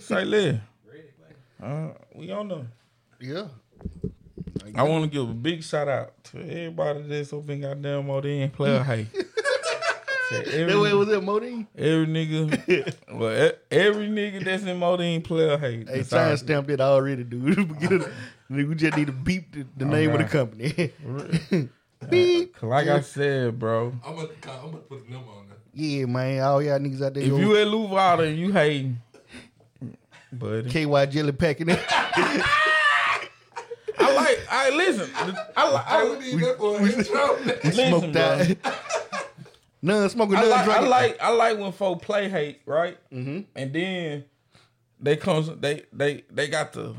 Say, Lee. Uh, we on them. Yeah. I want to give a big shout out to everybody that's up in goddamn Modine Player Hey. To That way it every, was at Modine. every nigga, well, e- every nigga that's in Modine Player Hey. Hey, that's all- time stamped it already, dude. Get it. Nigga, we just need to beep the, Oh, the name of the company. beep. Like I said, bro. I'm gonna, I'm gonna put the number on there. Yeah, man. All y'all niggas out there. If go- you at Louvre and you hating, buddy. KY jelly packing it. I like. I listen. I like. I, Oh, we need that for a intro. listen, Smoked bro. out. None smoking, I none like, I drinking. Mm-hmm. like I like when folk play hate, right? And then they comes they they they got to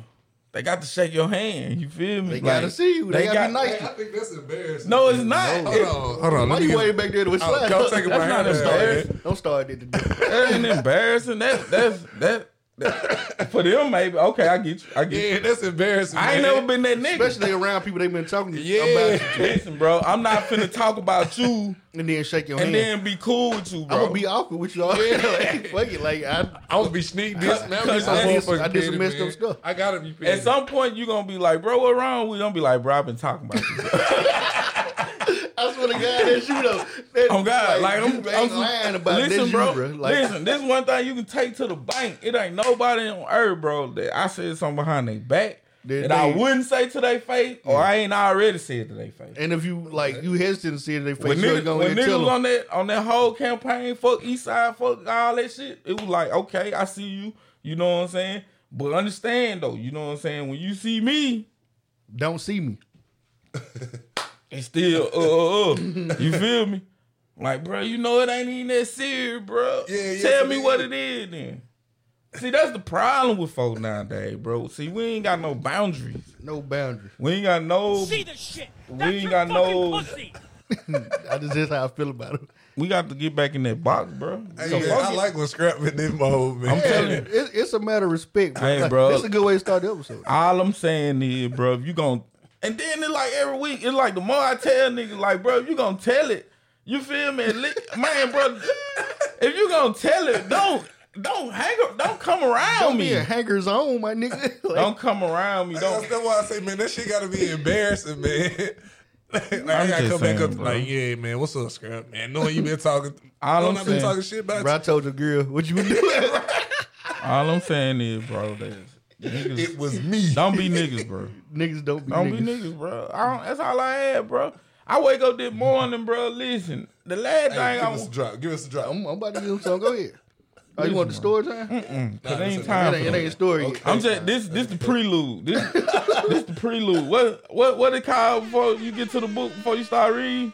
they got to shake your hand. You feel me? They gotta see you. They, gotta be nice. I think that's embarrassing. No, it's not. Hold It- on, hold on. Why Let me you way get, back there to Oh, slide? come take it That's right not here. embarrassing. Don't start it. That ain't embarrassing. That that's that, that for them maybe. Okay, I get you. I get. You. Yeah, that's embarrassing. I ain't man. never been that nigga. Especially around people they been talking to Yeah. about Listen, bro, I'm not finna talk about you and then shake your and then hand. be cool with you, I'm bro. gonna Mm. be awkward with you all. like, fuck it. Like I, I would be sneak this. Man, I'm Cause just a I did some- motherfucking I did some petty, messed man. up stuff. I gotta be petty. At some point, you gonna be like, bro, what wrong? We gonna be like, bro, I've been talking about you. I swear to God, that's you though. That, Oh God! Like, you I'm, ain't I'm lying about listen, this, bro. You, bro. Like, listen, this one thing you can take to the bank. It ain't nobody on earth, bro. That I said something behind their back That that I they- wouldn't say to their face, or I ain't already said to their face. And if you like, you hesitant to see it in their face, When you're niggas, gonna when tell niggas them. on that on that whole campaign, fuck Eastside, fuck all that shit, it was like, okay, I see you. You know what I'm saying? But understand though, you know what I'm saying. When you see me, Don't see me. it's still uh uh. uh. you feel me? Like, bro, you know it ain't even that serious, bro. Yeah, yes, Tell it me is. what it is then. See, that's the problem with folk nowadays, bro. See, we ain't got no boundaries. No boundaries. We ain't got no. See the shit. We That's ain't your got fucking no- pussy. I just that's how I feel about it. We got to get back in that box, bro. Hey, So man, fuck I it. like when Scrap in this mode, man. I'm telling Yeah, you. it, it's a matter of respect, bro. Hey, Like, bro. That's a good way to start the episode. All I'm saying is, bro, if you gon' and then it like every week, it's like the more I tell niggas, like, bro, if you gonna tell it, you feel me? At le- Man, bro, if you gonna tell it, don't don't hang up, don't come around Don't me. be a hangers on, my nigga. Like, Don't come around me. That's, Don't. that's why I say, man, that shit gotta be embarrassing, man. like, i I'm gotta just come back saying, up bro. like, yeah, man, what's up, Scrap? Man, knowing you been talking, All knowing I'm I've been saying- talking shit about bro, I told the girl what you doing. All I'm saying is, bro, that you. niggas, It was me. don't be niggas, bro. niggas don't be Don't niggas. be niggas, bro. I don't, that's all I had, bro. I wake up this morning, bro. Listen, the last thing Hey, give I us a want, drop. Give us a drop. I'm, I'm about to do something. Go ahead. Oh, you want the story time? It cause Nah, listen, ain't time. for ain't, it ain't that. a story. yet. I'm just this. This the prelude. This this the prelude. What what what it called before you get to the book before you start reading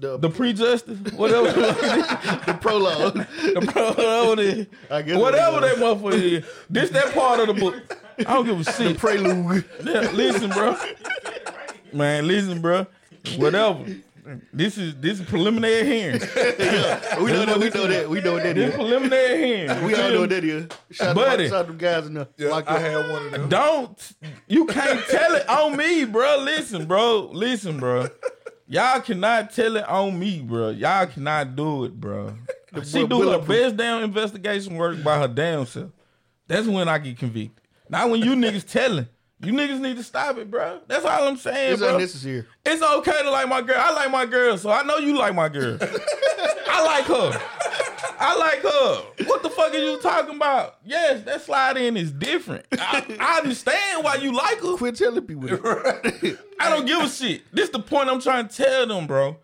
the, the pre-justice whatever the prologue. the pro- whatever, I that, guess whatever it that was. motherfucker is. This that part of the book. I don't give a shit. Prelude. Yeah, listen, bro. Man, listen, bro. Whatever. This is this is preliminary hearing. We know that. We know that. We know what that This is. preliminary hearing. We all know what that is. Shout out Buddy. to them guys in the Yeah, locked I up. had one of them. Don't you can't tell it on me, bro. Listen, bro. Listen, bro. Y'all cannot tell it on me, bro. Y'all cannot do it, bro. She do her bulletproof. best damn investigation work by her damn self. That's when I get convicted. Not when you niggas telling. You niggas need to stop it, bro. That's all I'm saying, It's bro. unnecessary. It's okay to like my girl. I like my girl, so I know you like my girl. I like her. I like her. What the fuck are you talking about? Yes, that slide in is different. I, I understand why you like her. Quit telling people. That. I don't give a shit. This the point I'm trying to tell them, bro.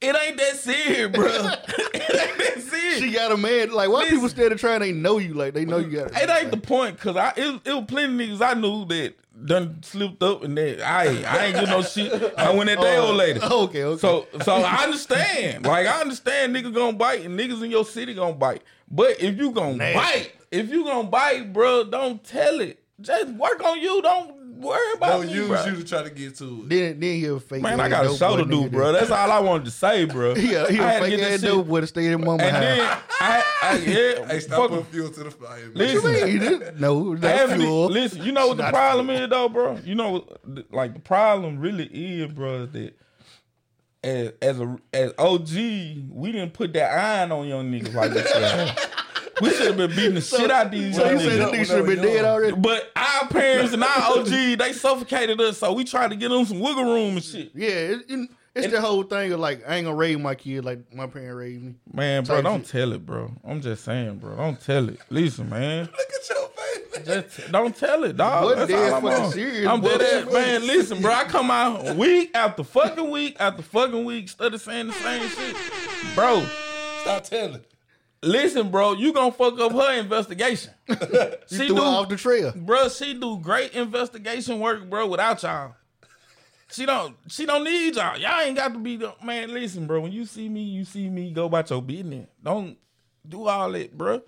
It ain't that serious, bro. it ain't that serious. She got a man. Like why Listen. people still to try and they know you? Like they know you got. It ain't the point, cause I it, it was plenty of niggas I knew that done slipped up and that I ain't- I ain't get no shit. I went that day old lady. Oh, Okay, okay. So so I understand. Like I understand niggas gonna bite and niggas in your city gonna bite. But if you gonna bite, if you gonna bite, bro, don't tell it. Just work on you. Don't worry about Don't me, use bruh. you to try to get to it. Then then he'll fake. Man, I ass got a dope show boy to do, nigga bro. that- That's all I wanted to say, bro. Yeah, he I a had to fake get ass this shit. dope boy to stay in mama And house. then I, I yeah, Hey, stop fuck- putting fuel to the fire, man. Listen. What you mean? No, that's Every- fuel. listen, you know what the problem is though, bro. You know, what the- like the problem really is, bro, is that as as a as OG, we didn't put that iron on young niggas like this. bro. We should have been beating the shit out of these So young you said niggas. that nigga should have been dead already? But our parents and our OG, they suffocated us, so we tried to get them some wiggle room and shit. Yeah, it, it- it's the whole thing of like I ain't gonna raise my kid like my parent raised me. Man, bro, Type don't shit. tell it, bro. I'm just saying, bro. Don't tell it. Listen, man. Look at your face. man. Just don't tell it, dog. What That's dead all I'm fucking on. serious, I'm bro. dead ass, man. Listen, bro. I come out week after fucking week after fucking week, study saying the same shit, bro. Stop telling. Listen, bro. You gonna fuck up her investigation. she Threw her do off the trail. bro. She do great investigation work, bro. Without y'all, she don't. She don't need y'all. Y'all ain't got to be the man. Listen, bro. When you see me, you see me. Go about your business. Don't do all that, bro.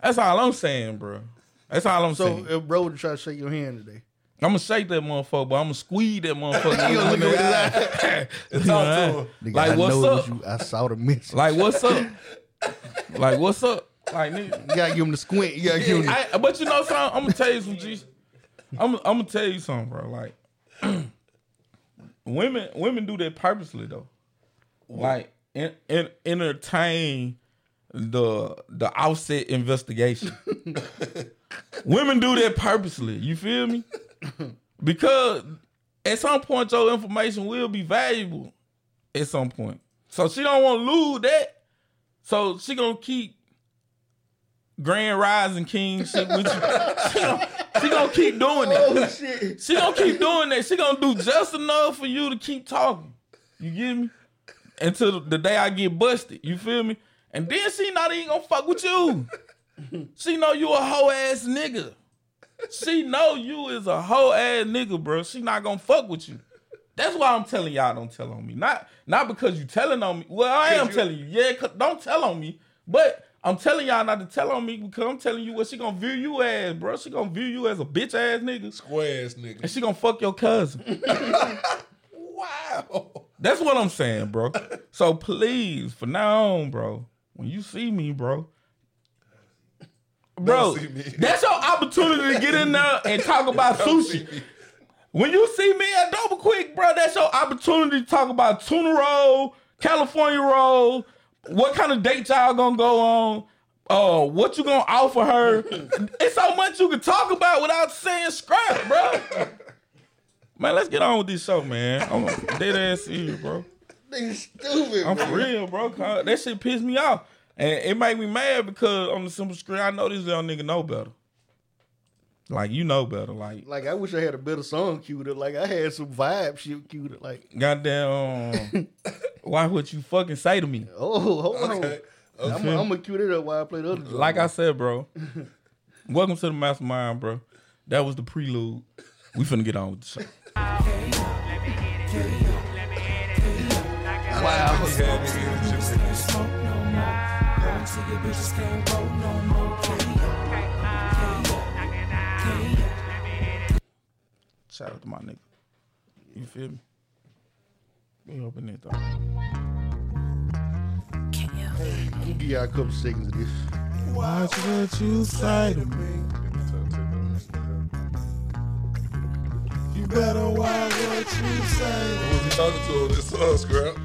That's all I'm saying, bro. That's all I'm So saying. if bro would try to shake your hand today. I'm gonna shake that motherfucker, but I'm gonna squeeze that He gonna look motherfucker. at his eye. Talk to him. Nigga, like I what's know it was up? You, I saw the message. Like what's up? Like what's up? Like nigga. You gotta give him the squint. You gotta give him. The, I, but you know something? I'm gonna tell you some G. I'm I'm gonna tell you something, bro. Like women women do that purposely though. Like en- en- entertain the the offset investigation. women do that purposely. You feel me? Because at some point your information will be valuable. At some point, so she don't want to lose that. So she gonna keep Grand Rising King shit with you. She gonna, she gonna keep doing that. shit! She gonna keep doing that. She gonna do just enough for you to keep talking. You get me? Until the day I get busted. You feel me? And then she not even gonna fuck with you. She know you a hoe ass nigga. She know you is a hoe ass nigga, bro. She not gonna fuck with you. That's why I'm telling y'all don't tell on me. Not not because you telling on me. Well, I am telling you. Yeah, 'cause- don't tell on me. But I'm telling y'all not to tell on me because I'm telling you what she gonna view you as, bro. She gonna view you as a bitch ass nigga. Square ass And nigga. she gonna fuck your cousin. Wow. That's what I'm saying, bro. So please, for now on, bro, when you see me, bro. Bro, see me. that's your opportunity to get in there and talk about sushi. When you see me at Double Quick, bro, that's your opportunity to talk about tuna roll, California roll, what kind of date y'all gonna go on, uh, what you gonna offer her. it's so much you can talk about without saying scrap, bro. Man, let's get on with this show, man. I'm dead ass serious, bro. Nigga, stupid. I'm bro. for real, bro. 'cause That shit pissed me off. And it made me mad because on the simple screen, I know this little nigga know better. Like, you know better. Like, Like I wish I had a better song queued up. Like I had some vibe shit queued up. Like goddamn, why would you fucking say to me? oh, hold Okay. on. I'm gonna cue it up while I play the other. Like I said, bro, welcome to the mastermind, bro. That was the prelude. We finna get on with the show. wow. He had me in the juice. Shout out to my nigga. You feel me? We open it though. I'm gonna give y'all a couple seconds of this. Watch what you say to me. You better watch what you say. What you talking to him? This song scrap.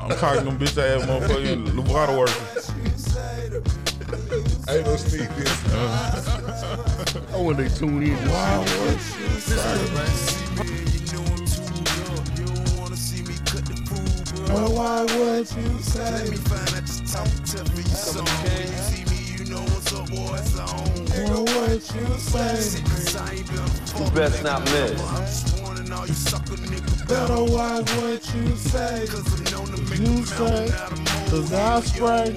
I'm talking to them bitch ass motherfucking water workers. Ain't no sneak this. I want Oh, they tune in. Wow. best not miss. Better watch what you say. You say, cause I spray.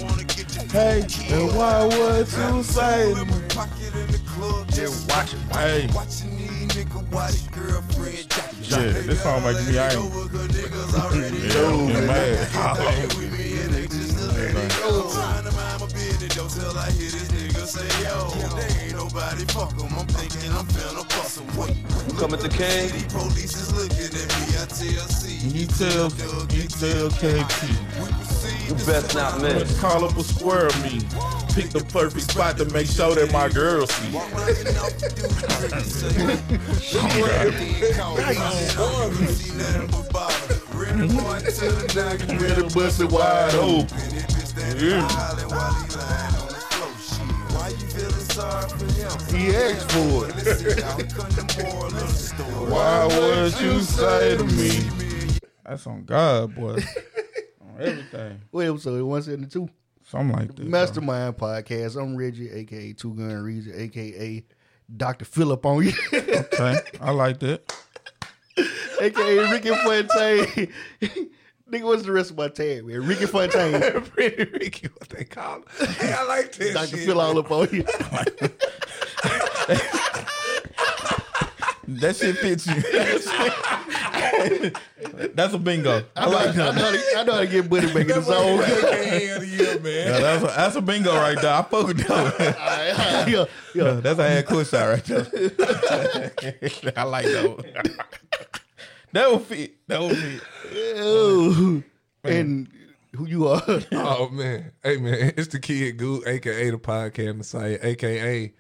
Hey, and why would you say to me? Just watch it. Hey, Watching these nigga watch his girlfriend jack it. yeah, this song making me angry. Over good niggas already Yeah, man. with me and they just a little go. Trying to mind my business though till I hear this nigga say yo. They ain't nobody fuck 'em. I'm thinking I'm finna bust 'em. Wait, You coming to King? these police is looking at me. I tell C. You tell, you tell KP. You best not miss. Call up a square of me. Pick the perfect spot to make sure that my girl see. it. Oh, See nothing but bottom. Ready boy to the knock. Bust it wide open. Oh, yeah. Hollin' while he lying on the floor. He asked for it. Why would you say to me? That's on God, boy. on everything. What episode? 172. Something like that. bro. Mastermind Podcast. I'm Reggie, aka Two Gun Reggie, aka Dr. Philip on you, Okay. I like that. aka Ricky Fontaine. Nigga, what's the rest of my tag, man? Ricky Fontaine. Pretty Ricky, what they call him. Hey, I like this Dr. shit. Phil all up on you. That shit fits you. That's a bingo. I know, I, know how to, I know how to get buddy back in the zone. AKA of the year, man. Yeah, that's, a, that's a bingo right there. I fuck with that. All right, all right, yeah, yeah. one. That's a head cool shot right there. I like that. One. that would fit. That would fit. Ooh. Oh, And who you are? Oh man, hey man, it's the kid Goo, aka the podcast Messiah, aka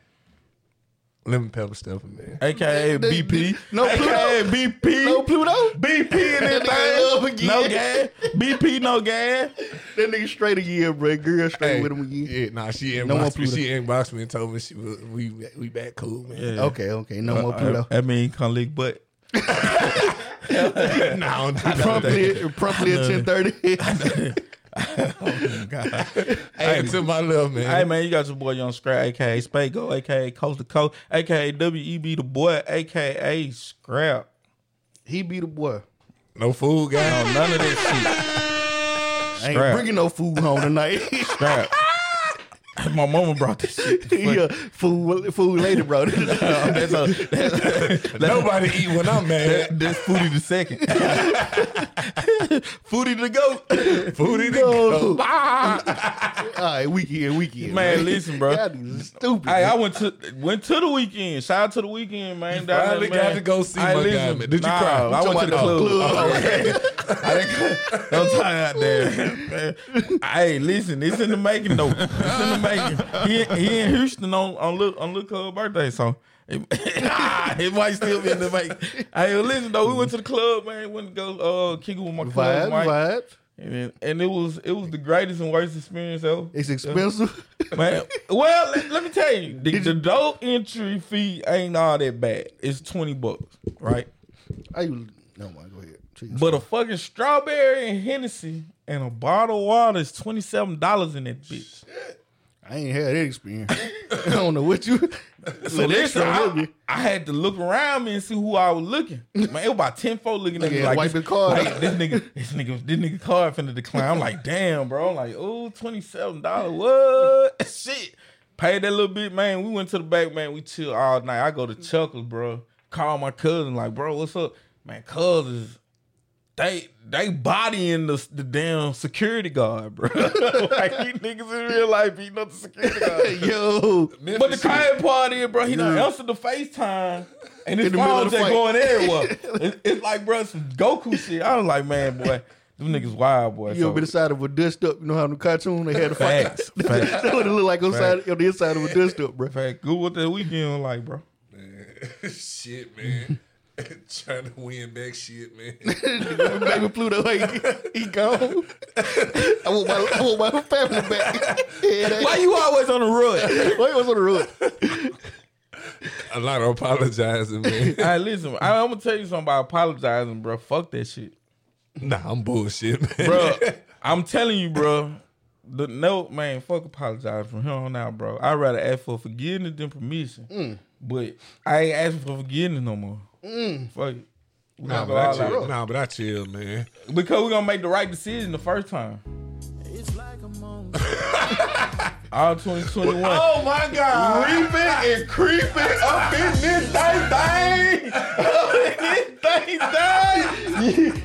Lemon Pepper Stephen, man. AKA BP. No AKA Pluto. BP. No Pluto. BP and That nigga up anything. again. No gas. BP, no gas. That nigga straight again, bro. Girl straight Hey, with him again. yeah, nah, she inboxed No more me. Pluto. She inboxed me and told me she was, we we back cool, man. Okay, okay. Uh, No more Pluto. That mean come lick butt. Yeah. Nah, nah, promptly, promptly at ten thirty. God. hey, to my love, man. Hey man, you got your boy Young Scrap, aka Spago, aka Coast to Coast, aka WEB E the boy, aka Scrap. he be the boy. No food, guy. Oh, none of that I ain't Scrap. bringing no food home tonight. shit. Scrap. My mama brought this shit. yeah, food, food later, bro. Um, that's a, Nobody eat when I'm mad. that's Foodie the second. Foodie the goat. Food in No. the All go. right, weekend, weekend. Man, listen, bro. Y'all niggas is stupid. Hey, I went to went to the weekend. Shout out to the weekend, man. Down finally there, man. got to go see Hey, my guy, listen, man. Did you nah, cry? I went to the club. I didn't. Don't tie out there. hey, listen, it's in the making though. It's in the making. He, he in Houston on on look on look Cub's birthday, so it, it might still be in the making. Hey, listen though, we went to the club, man. Went to go uh kick it with my vibe, cousin, Mike. vibe. And, it- and it was it was the greatest and worst experience ever. It's expensive. Man, well, let, let me tell you, the, the door entry fee ain't all that bad. It's twenty bucks, right? Are you? No, man, go ahead. Jeez. But a fucking strawberry and Hennessy and a bottle of water is twenty seven dollars in that bitch. I ain't had that experience. I don't know what you. So listen, I, Look I had to look around me and see who I was looking. Man, it was about ten folk looking at me at like wipe this, the card. like, this nigga, this nigga, this nigga card finna decline. I'm like, damn, bro. I'm like, oh, $27. What? Shit. Paid that little bit, man. We went to the back, man. We chill all night. I go to Chuckles, bro. Call my cousin, like, bro, what's up? Man, cousins, they they bodying the, the damn security guard, bro. like, these niggas in real life beating up the security guard. Yo, But the crying part is, bro, he done answered the FaceTime and his In the middle phone of just the fight. going everywhere. it's, it's like, bro, some Goku shit. I was like, man, boy, them niggas wild, boy. you So, over the side of a dust up. You know how in the cartoon they had a fight. facts, facts, That's what it looked like on, side, on the inside of a dust up, bro. facts. Good what that weekend was like, bro. Shit, man. Trying to win back shit, man. Baby Pluto, he, he gone. I want my, I want my family back. Yeah, Why you always on the run? that- Why you was on the road? A lot of apologizing, man. All right, listen, I, I'm gonna tell you something about apologizing, bro. Fuck that shit, nah, I'm bullshit, man. bro. I'm telling you, bro. The no man, fuck apologize from here on out, bro. I'd rather ask for forgiveness than permission. But I ain't asking for forgiveness no more. Fuck it. We Nah, gonna go but I all out. chill. Nah, but I chill, man. Because we're gonna make the right decision the first time. All 2021. Oh my God. Reaping and creeping up in this thing thing. Up in this thing thing.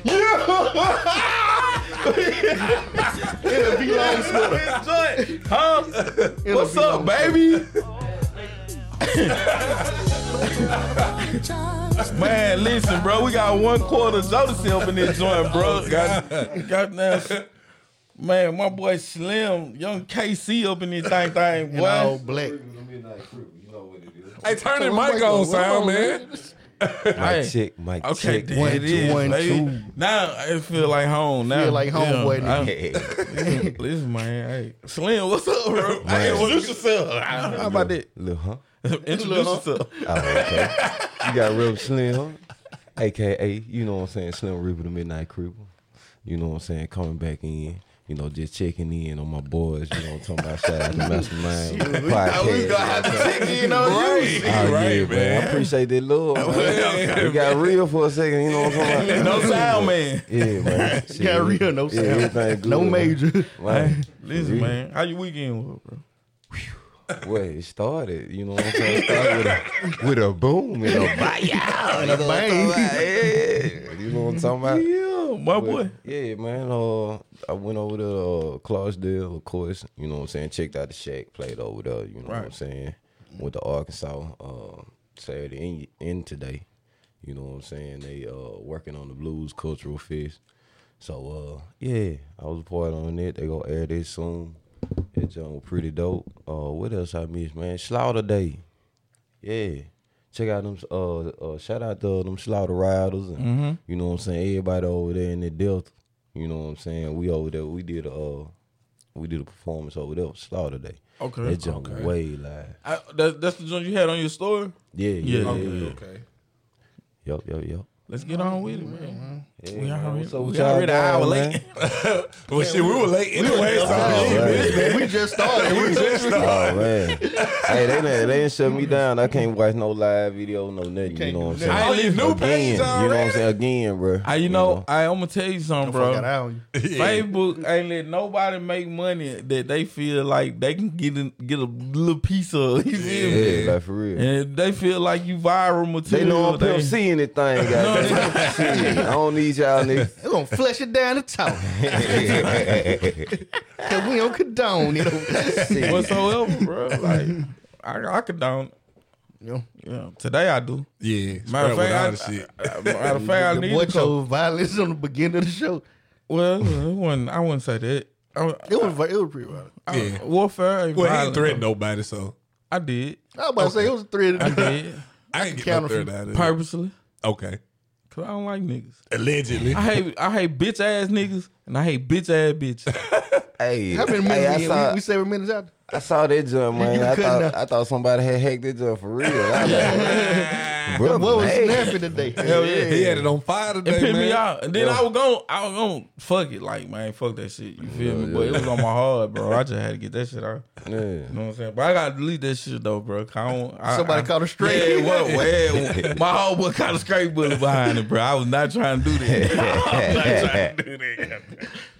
It'll be long sweater. Enjoy. Huh? It'll What's be up, long baby? Man, listen, bro. We got one quarter Jodeci up in this joint, Oh, bro. Got, goddamn. Man, my boy Slim, young KC up in this thing, thing. And all Boy. black. Hey, turn the Mike mic on, on, sound hold on, man. Mic check, mic Okay, check. then One, it two, is. one, baby. two. Now I feel like home. Now Feel like homeboy Yeah, I- Hey, listen, listen, man. Hey, Slim, what's up, bro? Hey, Man. introduce yourself. How about that? Lil Hump. Introduce yourself. Oh, okay. you got Rev Slim Hump, aka, you know what I'm saying, Slim Reaper the Midnight Creeper. You know what I'm saying, coming back in. You know, just checking in on my boys. You know what I'm talking about? Shout out to Mastermind Podcast. We gonna have to Oh, check in on you. Oh, right, yeah, man. I appreciate that love. man. We got real for a second. You know what I'm talking about? No sound man. Yeah, man. Got real, no Yeah, sound. everything good, No man. major. Right. Listen, man. How your weekend was, bro? Well, it started, you know what I'm saying? It started with a, with a boom and a bang. And a bang. You know what I'm talking about? Yeah, my But, boy. Yeah, man. Uh, I went over to uh, Clarksdale, of course. You know what I'm saying? Checked out the shack, played over there. You know what I'm Right. saying? Went to Arkansas uh, Saturday in, in today. You know what I'm saying? They uh, working on the Blues Cultural Fest. So uh, yeah, I was a part on it. They gonna air this soon. That joint was pretty dope. Uh, what else I missed, man? Slaughter Day. Yeah. Check out them uh, uh shout out to them slaughter riders and Mm-hmm. you know what I'm saying, everybody over there in the Delta. You know what I'm saying? We over there we did a uh we did a performance over there, Slaughter Day. Okay, That junk was way live. I, that, that's the joint you had on your story. Yeah, yeah, yeah. yeah. Okay. Yup, yup, yup. Let's get on with it, man. we already, up with we y'all already an hour boys, late. Well, shit, we were late anyway. So man. We just started. we just Oh man. hey, they didn't, they didn't shut me down. I can't watch no live video, no nothing. You, know what I'm saying? I ain't leave no Again, page you know what I'm already. saying? Again, bro. I, you know, I, I'm gonna tell you something, bro. Got out on you. Facebook ain't let nobody make money that they feel like they can get a, get a little piece of. You feel me? yeah, like for real. And if they feel like you viral They know material. I'm Pimp C anything, goddamn. Shit, I don't need y'all niggas. They're gonna flush it down the top. Cause we don't condone it. over there. Shit. whatsoever, bro. Like I, I condone. it. Yeah. Yeah, today I do. Yeah. Matter of fact, spread without I, the shit. I, I, matter of fact, I The need boy a couple. chose violence on the beginning of the show. Well, it wasn't, I wouldn't say that. I, It was it was pretty violent. I, Yeah. Warfare. ain't Well, he violent. ain't threatened nobody, so I did. I was about to say it was three of I the did I ain't get no Count a threat few out of it. purposely Okay. because I don't like niggas. Allegedly. I hate I hate bitch ass niggas and I hate bitch ass bitches. Hey, How many minutes? hey, I, we, in? saw, we, we seven minutes out. I saw that jump, man. you I couldn't thought have- I thought somebody had hacked that jump for real. I was like, bro, What was Oh, man. snapping today? Hell yeah. He had it on fire today, It man. pissed me out. And then I was going, I was going, fuck it. Like, man, fuck that shit. You feel me? But it was on my heart, bro. I just had to get that shit out. Yeah. You know what I'm saying? But I gotta delete that shit though, bro. 'cause I don't, I, Somebody I, caught a Yeah, stray. it was. Yeah, it was. my whole boy caught a straight bullet behind it, bro. I was not trying to do that. I was not trying to do that.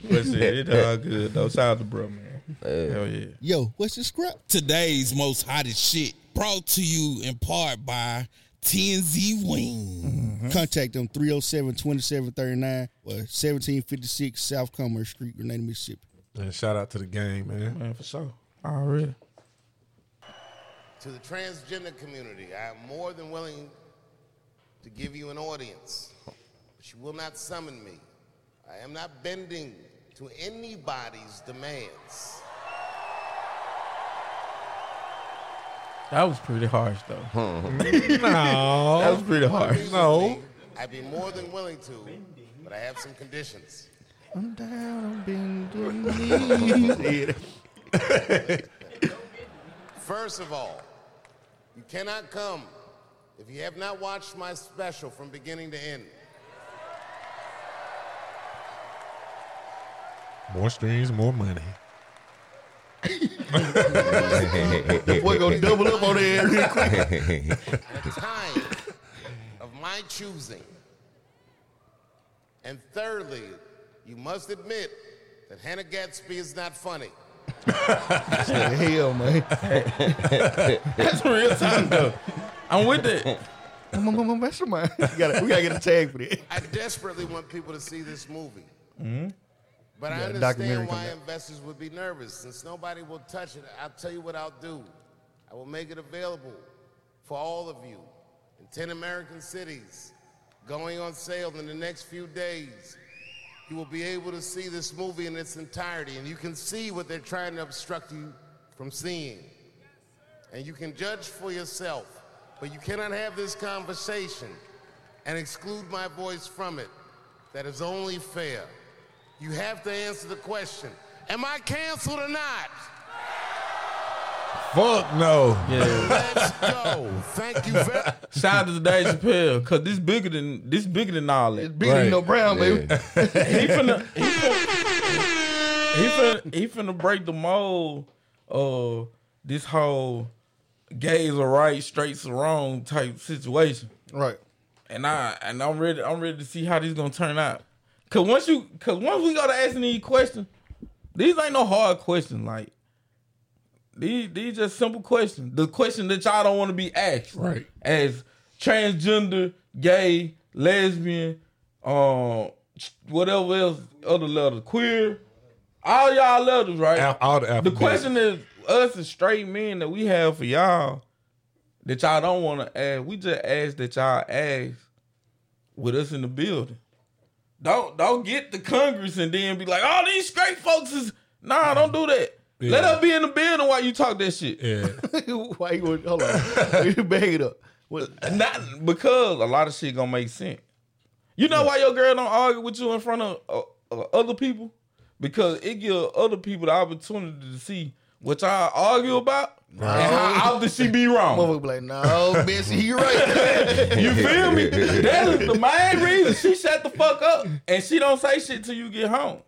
But shit, it all good though. Shout out to bro, man. Hell yeah. Yo, what's the script? Today's most hottest shit brought to you in part by TNZ Wing. Mm-hmm. Contact them 307-2739 or 1756 South Commerce Street, Grenada, Mississippi. And shout out to the game, man. Man, for sure. Already. To the transgender community, I am more than willing to give you an audience, but you will not summon me. I am not bending to anybody's demands. That was pretty harsh though. No. That was pretty harsh. Oh. No. I'd be more than willing to, but I have some conditions. I'm down, been doing First of all, you cannot come if you have not watched my special from beginning to end. More streams, more money. Boy gonna double up on that real quick. a time of my choosing. And thirdly, you must admit that Hannah Gatsby is not funny. Hell, man. That's real time though. I'm with it. I'm gonna mastermind. We gotta, we gotta get a tag for that. I desperately want people to see this movie. But I Mm-hmm. Yeah, the documentary understand why come investors would be nervous. Since nobody will touch it, I'll tell you what I'll do. I will make it available for all of you in 10 American cities, going on sale in the next few days. You will be able to see this movie in its entirety, and you can see what they're trying to obstruct you from seeing. And you can judge for yourself, but you cannot have this conversation and exclude my voice from it. That is only fair. You have to answer the question Am I canceled or not? Fuck no. Let's go. Thank you very Shout out to Dave Chappelle, cause this bigger than this bigger than all that. It's bigger than Right. no brown, baby. he finna he finna, he finna he finna break the mold of this whole gays are right, straights are wrong type situation. Right. And I and I'm ready I'm ready to see how this gonna turn out. Cause once you cause once we go to asking these questions, these ain't no hard questions. Like these these just simple questions. The question that y'all don't want to be asked. Right. As transgender, gay, lesbian, um, whatever else, other letter, queer, all y'all letters, right? Al- all the the alphabets. question is us as straight men that we have for y'all that y'all don't want to ask. We just ask that y'all ask with us in the building. Don't don't get the Congress and then be like, all these straight folks is nah, don't do that. Let Yeah. us be in the building while you talk that shit. Yeah. Why you want, hold on? you bag it up. Not because a lot of shit gonna make sense. You know why your girl don't argue with you in front of uh, uh, other people? Because it give other people the opportunity to see what y'all argue about and how often she be wrong. Motherfucker be like, no, bitch, you right. You feel me? That is the main reason she shut the fuck up and she don't say shit till you get home.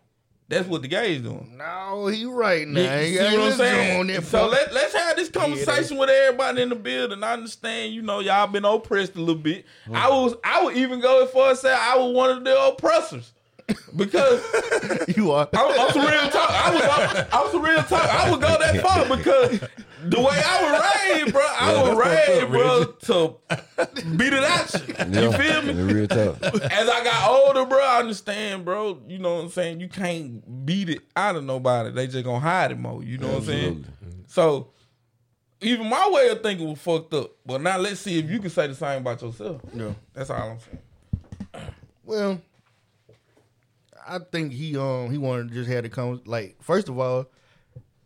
That's what the gays doing. No, you right now. You You see what I'm saying? On that so fuck. let, let's have this conversation with everybody in the building. I understand, you know, y'all been oppressed a little bit. I was, I would even go as far as say I was one of the oppressors because you are. I'm, I'm some real talk. I was, I'm, I'm some real talk. I would go that far because the way I was raised, bro, I Yeah, was that's raised, fucked bro, up, to beat it out you. You feel me? Real talk. As I got older, bro, I understand, bro. You know what I'm saying? You can't beat it out of nobody. They just gonna hide it more. You know what I'm saying? So even my way of thinking was fucked up. But now let's see if you can say the same about yourself. Yeah. That's all I'm saying. Well, I think he um he wanted to just have the come like first of all,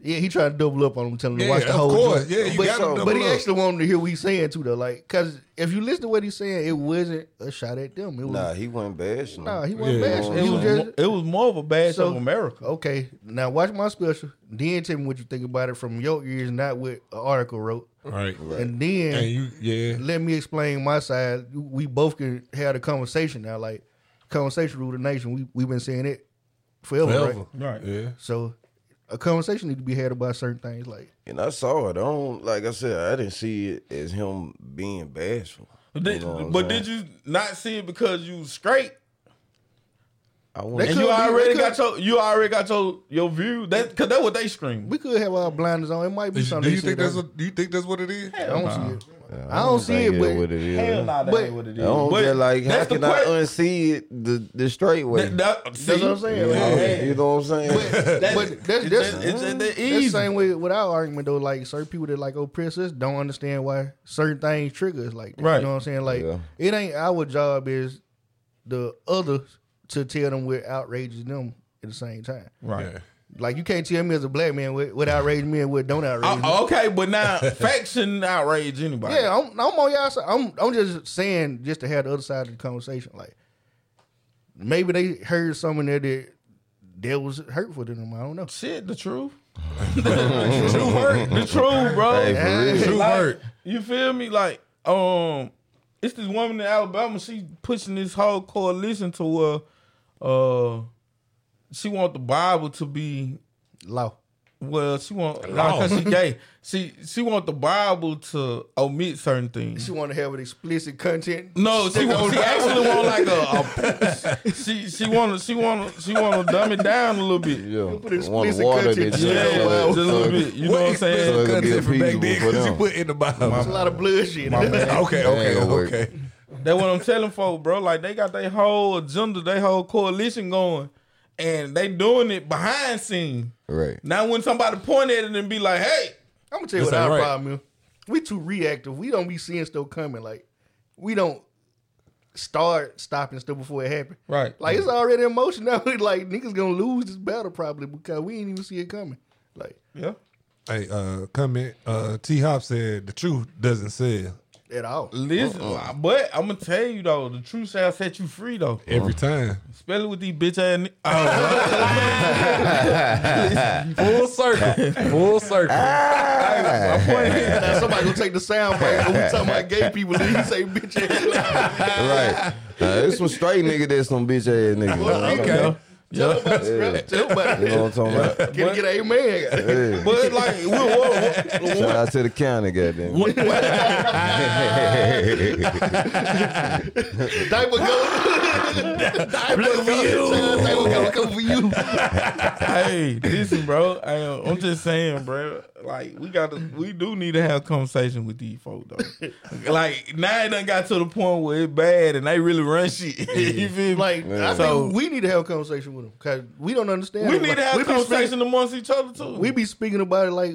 yeah he tried to double up on him telling him Yeah, to watch the of whole course. joint. Yeah, you but, gotta double but he up. actually wanted to hear what he's saying too though like because if you listen to what he's saying it wasn't a shot at them it was Nah, he wasn't bashing. Nah, he wasn't Yeah. bashing. It He was was mo- just it was more of a bash of America. Okay, now watch my special. Then tell me what you think about it from your ears, not what an article wrote. Right. And then And you- yeah. let me explain my side. We both can have a conversation now. Like conversation rule the nation. We we've been saying it forever, Forever. right? Right. Yeah. So a conversation need to be had about certain things. Like And I saw it. I don't like I said. I didn't see it as him being bashful. But did, but did you not see it because you was straight? I And you already got your you already got your your view that cause that's what they scream. we could have our blinders on. It might be something. Do they you said think that's that- what? Do you think that's what it is? I don't Uh-huh. see it. I don't don't see think it, it but what it is. Hell nah, that but- ain't what it I is. don't But get like how that's the can I que- unsee it the, the straight way? That- that- see? That's what I'm saying. you, know, Like, you know what I'm saying? But It's that's just- that's, it's just that's that the easy. same way with our argument though. Like certain people that like oppress us don't understand why certain things trigger us like that. Right. You know what I'm saying? Like Yeah. it ain't our job is the others to tell them what outrages them at the same time. Right. Like you can't tell me as a black man what, what outrages me and what don't outrage me. Oh, okay, but now faction outrage anybody. Yeah, I'm, I'm on y'all side. I'm I'm just saying just to have the other side of the conversation. Like maybe they heard something there that that was hurtful to them. I don't know. Shit, the truth. the truth hurt. The truth, bro. Hey, for real. Like, Truth hurt. You feel me? Like, um, it's this woman in Alabama. She pushing this whole coalition to uh, uh, she want the Bible to be Law. well. She want Law. because she gay. She she want the Bible to omit certain things. She want to have an explicit content. No, she want, she actually want like a, a she she want to she want to she want to dumb it down a little bit. Yeah. Put explicit Want water content that in you there. Yeah, so- just a little so- bit. You know what I'm saying? so it could Cut be it from back appeasable then for because you them. put in the It's a Bible. lot of blood shit. in there. Okay, okay, gonna work. okay. That's what I'm telling folk, bro. Like they got their whole agenda, their whole coalition going, and they doing it behind scene. Right. Now when somebody point at it and be like, "Hey, I'm gonna tell you That's what our all right. problem is. We too reactive. We don't be seeing stuff coming. Like we don't start stopping stuff before it happens. Right. Like it's already in motion now. We like niggas gonna lose this battle probably because we ain't even see it coming. Like yeah, Hey, uh, comment. Uh, T Hop said the truth doesn't sell. at all. Listen, Uh-uh. but I'm gonna tell you though, the true sound set you free though. Every time. Spell it with these bitch ass. ni- Oh, Full circle. Full circle. Ah. My point is now somebody gonna take the sound bite. We talking about gay people. and You say bitch ass. right. Nah, it's some straight nigga that's some bitch ass nigga. Okay. Yeah. Tell You know what I'm talking about? Can you get an amen? Yeah. but like, we- we- Shout out to the county, goddamn. What- Ah. Diaper go. Diaper go for you. Diaper go come for you. hey, listen, bro. I, am- I'm just saying, bro. Like, we got to, we do need to have a conversation with these folks, though. like, now it done got to the point where it's bad and they really run shit. you feel me? Like I So- think we need to have a conversation with them because we don't understand. we it. need Like, to have we a be speaking- conversation amongst each other too. We be speaking about it like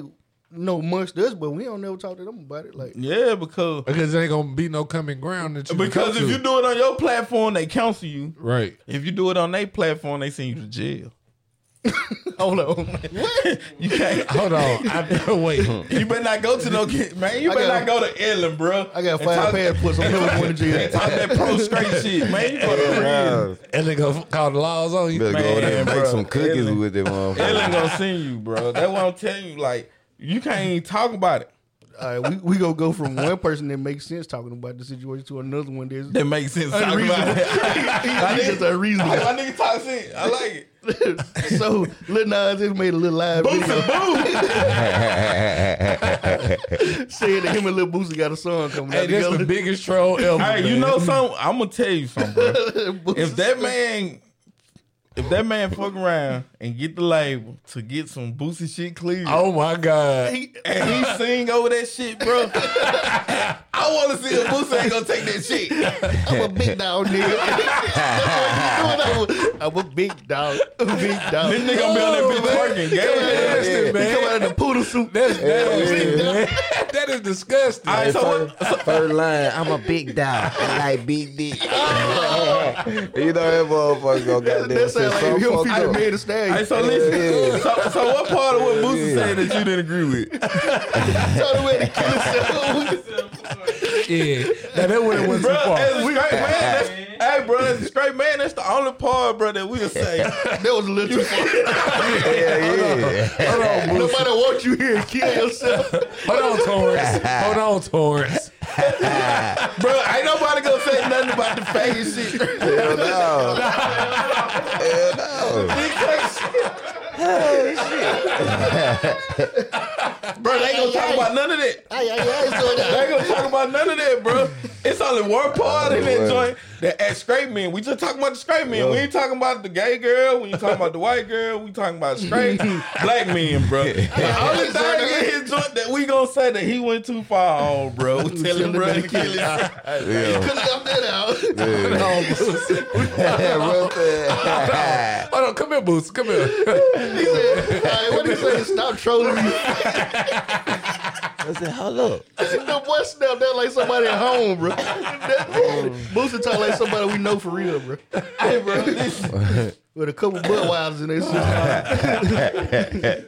no amongst us, but we don't never talk to them about it. Like yeah, because Because there ain't gonna be no common ground that you can because come if to. you do it on your platform, they counsel you. right, If you do it on their platform, they send you to jail. hold on, what? You can't. hold on. I, wait, You better not go to no kid, man. You I better got- not go to Ellen, bro. I got five pads put some pillows in jail. Talk that pro straight shit, man. You go to Nah, and they gonna call the laws on you. better go over there and Man, make bruh. some cookies Ellen. with them motherfucker. Ellen gonna send you, bro. That's what I'm telling you. Like, you can't even talk about it. All right, we we gonna go from one person that makes senes talking about the situation to another one that's That makes sense. Talk about unreasonable. it. He's just My unreasonable. nigga talk sense. I like it. so Lil Nas just made a little live video saying that him and Lil Boosie got a song coming Hey, out that's together. the biggest troll ever. Hey, you man. know something? I'm gonna tell you something, bro. Boosie- If that man, if that man fuck around and get the label to get some Boosie shit clear, Oh my god. he, and he sing over that shit, bro. I want to see if Boosie ain't gonna take that shit. I'm a big dog nigga. That's what he doing. I'm a- I'm a big dog. A big dog. Oh, This nigga gonna be on that bitch twerking, gang. Nasty, He man. come out in the poodle suit. That's nasty, yeah. man. That is disgusting. All right, so what? Third line, I'm a big dog. I like big dick. you know that motherfucker gonna That, goddamn that shit sound like so him fucked up. featuring Man All the right, Stallion. so listen. So, so what part of what Boosie Yeah. said that you didn't agree with? Tell the way to kill himself. Yeah. Now that went went too Bro, as a far. straight man, that's, hey, bro, as a straight man, that's the only part, bro, that we'll say. That was a little too far. Hell yeah. Hold on, Boosie. Nobody want you here. Kill yourself. Hold on, Torrance. Hold on, Torrance. Bro, ain't nobody gonna say nothing about the faggot shit. Hell no. Hell no. bro, they gonna talk about none of that. They ain't gonna talk about none of that, bro. It's only one part in that joint that at straight men. We just talking about the straight men. We ain't talking about the gay girl. We ain't talking about the white girl. We talking about straight black men, bro. The only thing in his joint that we gonna say that he went too far on, bro. We tell him, bro, to kill himself. Yeah. Could have left that out. Hold on, Boosie. What the- Hold on, come here, Boosie. Come here. He said, all right, what did he say? Stop trolling me. I said, hold up. The boy snapped that like somebody at home, bro. That- Boosie talk like somebody we know for real, bro. Hey, bro, listen. With a couple Budweisers in there.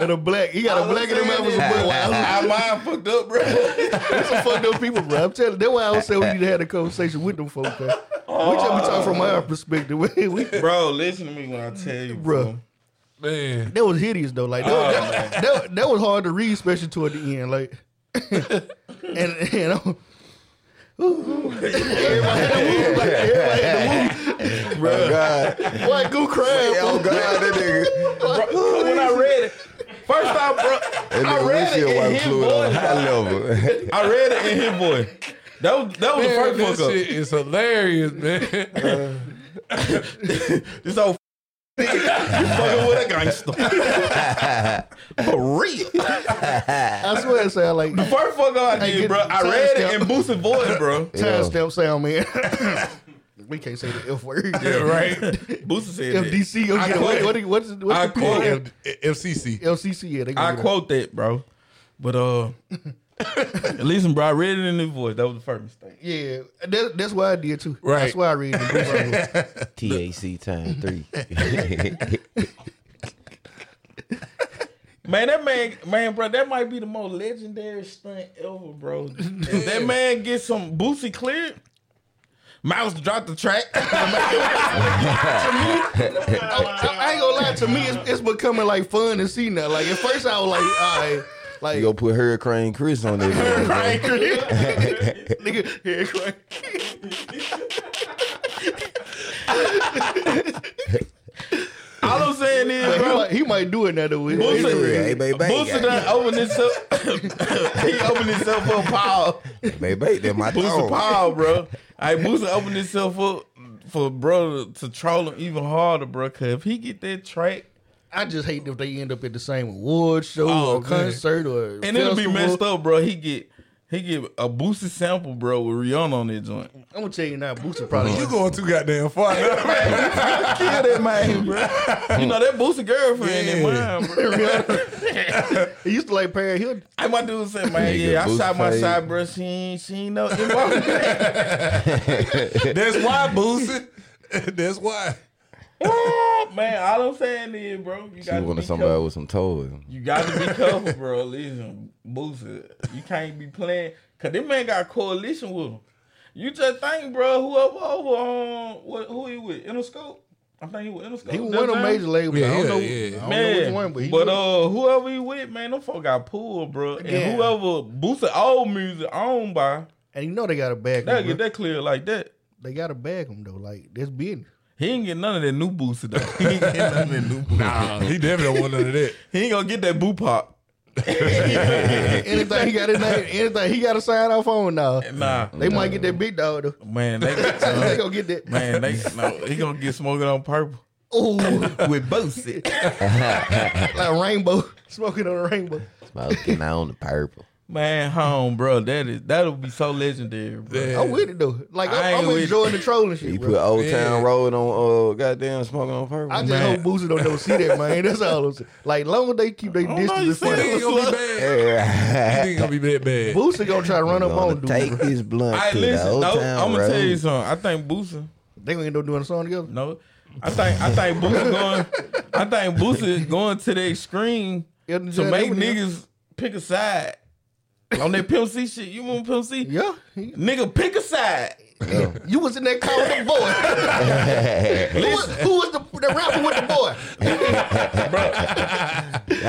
and a black. He got a black in him out with some Budweiser. I mind fucked up, bro. That's some fucked up people, bro. I'm telling you. That's why I was saying we need to have a conversation with them folks, man. We just be talking from our perspective. We- we- Bro, listen to me when I tell you, bro. Bro. Man. that was hideous, though. Like, that, was- that, that- that was hard to read, especially toward the end. Like, and, and I'm, Oh, God. why go crying, Oh, fool? God, that nigga. bro. so When I read it, first off, bro, That I nigga read it windshield in wasn't his fluid on a voice, high bro. level. I read it in his boy. That was that was the Man, first this fuck up. shit is hilarious, man. This old f- nigga, you fucking with a gangster. For real. I swear it sound like First fuck up I Hey, did, get bro. the I read timestamp. it in Boosie voice, bro. timestamp sound, man. we can't say the F word. right. Boosie said that. FDC, go I get it. quote oh, What, it. what, what's, what's I the quote quote? it. F- FCC. LCC, yeah, they I gonna get it. quote that, bro. But uh, listen, bro. I read it in his voice. That was the first mistake. Yeah, that, that's why I did too. Right. That's why I read it. TAC time three. Man, that man, man, bro, that might be the most legendary stunt ever, bro. If that man gets some Boosie cleared, Mouse dropped the track. I, I ain't gonna lie to me, it's, it's becoming like fun to see now. Like at first, I was like, all right, you gonna put Hurricane Chris on there. Hurricane Chris. nigga, here it come. All I'm saying is, But he, bro, might, he might do it now though. Hey, Boosie, baby, Boosie done opened himself. he opened himself up, Paul. baby, that my Boosie dog. Paul, bro. Hey, Boosie opened himself up for bro to troll him even harder, bro. Cause if he get that track, I just hate if they end up at the same award show Oh, or man. concert or and it'll be festival. messed up, bro. He get he get a Boosie sample, bro, with Rihanna on that joint. I'm gonna tell you now, Boosie probably. Uh-huh. You going too goddamn far now, man. Kill that man, bro. You know that Boosie girlfriend in Yeah. mine, bro. he used to like Perry Hilton. Hey, my dude said, man, Nigga, yeah, I Boosie shot my paid. shot, bro. She ain't, she ain't no involved. That's why, Boosie. That's why. man, all I'm saying is, bro, you She got to be wanted somebody somebody. with some toys. You got to be careful, bro. Listen, Boosie, you can't be playing because this man got coalition with him. You just think, bro, whoever over um, what, who he with? Interscope? I think he with Interscope. He was that one of the time? major labels. I Yeah, don't know. yeah. I don't know Man, which one, but he. but uh, whoever he with, man, them folk got pulled, bro. And Yeah. whoever Boosie old music owned by, and you know they got a bag. they'll Him, bro. get that clear like that. They got to bag him though. Like that's business. He ain't getting none of that new Boosie though. He ain't getting none of that new Boosie. Nah, Uh, he definitely don't want none of that. He ain't gonna get that boo pop. anything he got his name, anything he got to sign off on now. Nah, They might get that big dog though. man, they, they gonna get that. man, they, no, he gonna get smoking on purple Ooh, with Boosie. like rainbow, smoking on a rainbow. I was getting out on the purple. Man, home, bro. That is that'll be so legendary, bro. I'm with it though. Like I ain't I'm, I'm with it. enjoying the trolling shit, You bro. put Old Yeah. Town Road on, uh, goddamn, smoking on purple. I just Man. hope Boosie don't, don't see that, man. That's all I'm saying. Like, long as they keep their don't know, distance you in see front that? of He ain't gonna be bad. He Yeah. ain't gonna be that bad. Boosie gonna try to run up Gonna on dude. take bro. this blunt I to listen, the Old no, Town I'm gonna Road. tell you something. I think Boosie, They gonna end up doing a song together. no, I think I think Boosie going, I think Boosie going to their screen Elton to John, make Eminem. niggas pick a side on that Pimp C shit. You want Pimp C? Yeah, he- Nigga, pick a side. you was in that car with the boy. who, was, who was the, the rapper with the boy?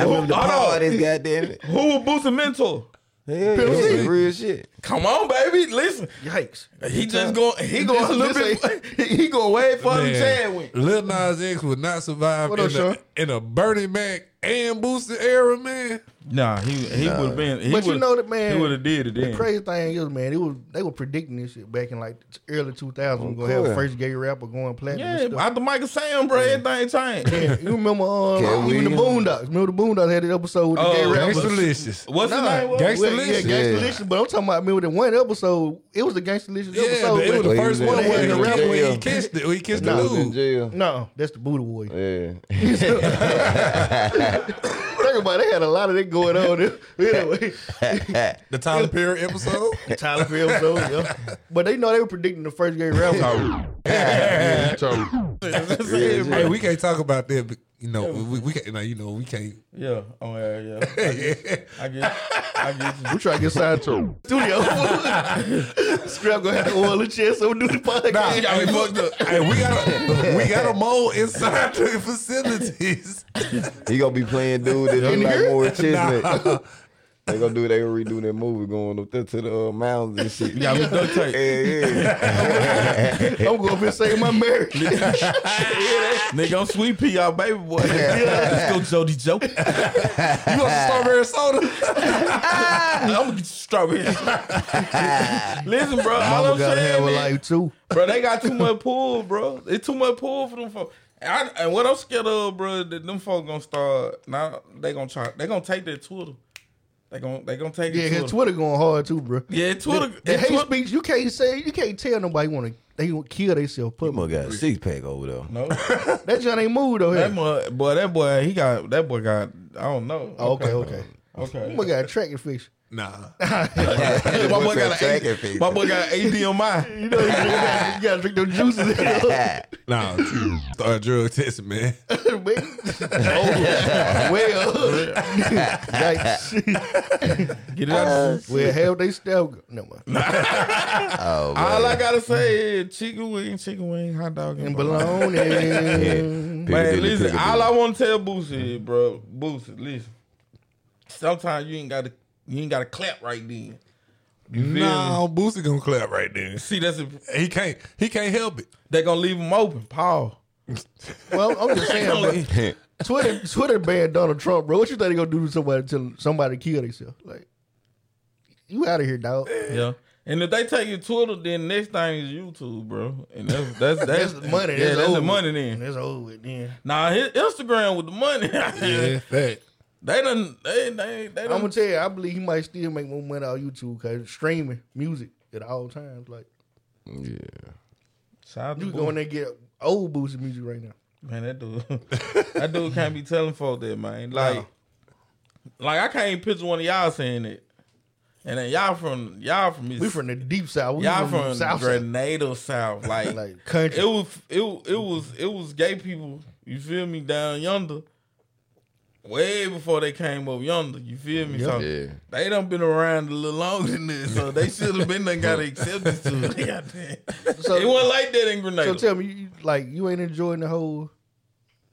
I remember the Hold on. parties, goddamn it. Who will Boosie mentor? Yeah, Pimp yeah, C. real shit. Come on, baby. Listen, Yikes! he just going, he going a little This bit, he he going way farther than Man, Chad went. Lil Nas X would not survive What in, up, a, Sean? in a Bernie Mac and Booster era, man. Nah, he he would have been. He But you would've- know that, man, he would have did it The then. crazy thing is, man, it was they were predicting this shit back in like the early 2000s. we gonna have course. first gay rapper going platinum. and Yeah, stuff. after Michael Sam, bro, everything changed. Yeah, you remember um, Cat even the Williams. Boondocks? Remember the Boondocks had an episode with the Oh, gay Gangsta rapper. Delicious. What's his name? was? Gangsta Well, Licious. Yeah, Gangsta Yeah. Licious, But I'm talking about, I remember the one episode, it was the Gangsta Licious Yeah, episode. it was the but- Wait, first he one was in where he, jail. where he kissed it. Where he kissed He the was in dude. jail. No, that's the Buddha Warrior. Yeah. Think about it, they had a lot of that going on. anyway, The Tyler Perry episode. Tyler Perry episode, yeah. But they know they were predicting the first gay rapper. Yeah, hey, we can't talk about that. But, you know, we, we can't. No, you know, we can't. Yeah. Oh yeah, yeah. I get, I get we you. try to get signed to him. studio. Scrap gonna have to oil the chest so we do the podcast. Nah, hey, hey, we got a we got a mole inside the facilities. He gonna be playing dude that look like Morris Chestnut. They gonna do. They gonna redo that movie going up there to the uh, mountains and shit. Yeah, with duct tape. Yeah, yeah. I'm gonna be saving my marriage. Nigga, I'm sweet pea, y'all baby boy. Let's go, Jody Joe. You want some strawberry soda? I'm gonna get you strawberry. Listen, bro, all Mama I'm gotta have saying, a is, life too. bro, they got too much pull, bro. It's too much pull for them folks. And, I, and what I'm scared of, bro, that them folk gonna start now. They gonna try. They gonna take their Twitter. They gonna they gonna take Yeah, their his Twitter. Twitter going hard too, bro. Yeah, Twitter. The his hate Twitter- speech, you can't say, you can't tell nobody want to, they want to kill themselves. Put my got a six pack over there. No. That John ain't moved though. That here. boy, boy, that boy, he got that boy got. I don't know. Oh, okay, okay. okay. My got a track and fix. Nah. my boy got an A- my boy got an ADMI. you know, you gotta, you gotta drink them juices. Nah, start drug testing, man. well, yikes. Get it out of the- Well, hell, they still go. No, Oh, All I gotta say is chicken wing, chicken wing, hot dog, and bologna. Man, listen, all I want to tell Boosie is, bro, Boosie, listen. Sometimes you ain't gotta, you ain't gotta clap right then. You feel me? No, Boosie gonna clap right there. See, that's a, He can't. He can't help it. they gonna leave him open, Paul. well, I'm just saying, bro, Twitter, Twitter banned Donald Trump, bro. What you think they gonna do to somebody till somebody kill themselves? Like, you out of here, dog. Yeah. And if they take your Twitter, then next thing is YouTube, bro. And that's that's that's, That's the money. Yeah, That's that's the over. money then. That's over with then. Nah, his Instagram with the money. Yeah, fact. They done. They they they I'm gonna done. tell you, I believe he might still make more money on YouTube because streaming music at all times. Like, Yeah. Shout out to you go Boosie. in there and get old Boosie music right now. Man, that dude, that dude can't be telling folk that, man. Like, like I can't even picture one of y'all saying it. And then y'all from y'all from We from the deep south. We y'all from, south side. Grenada South, like, like country. it was it wa- it was it was gay people. You feel me down yonder, way before they came up yonder. You feel me? So Yeah. they done been around a little longer than this, so they should have been done got accepted to it. Goddamn. So- it wasn't like that in So Grenada. tell me, you, like you ain't enjoying the whole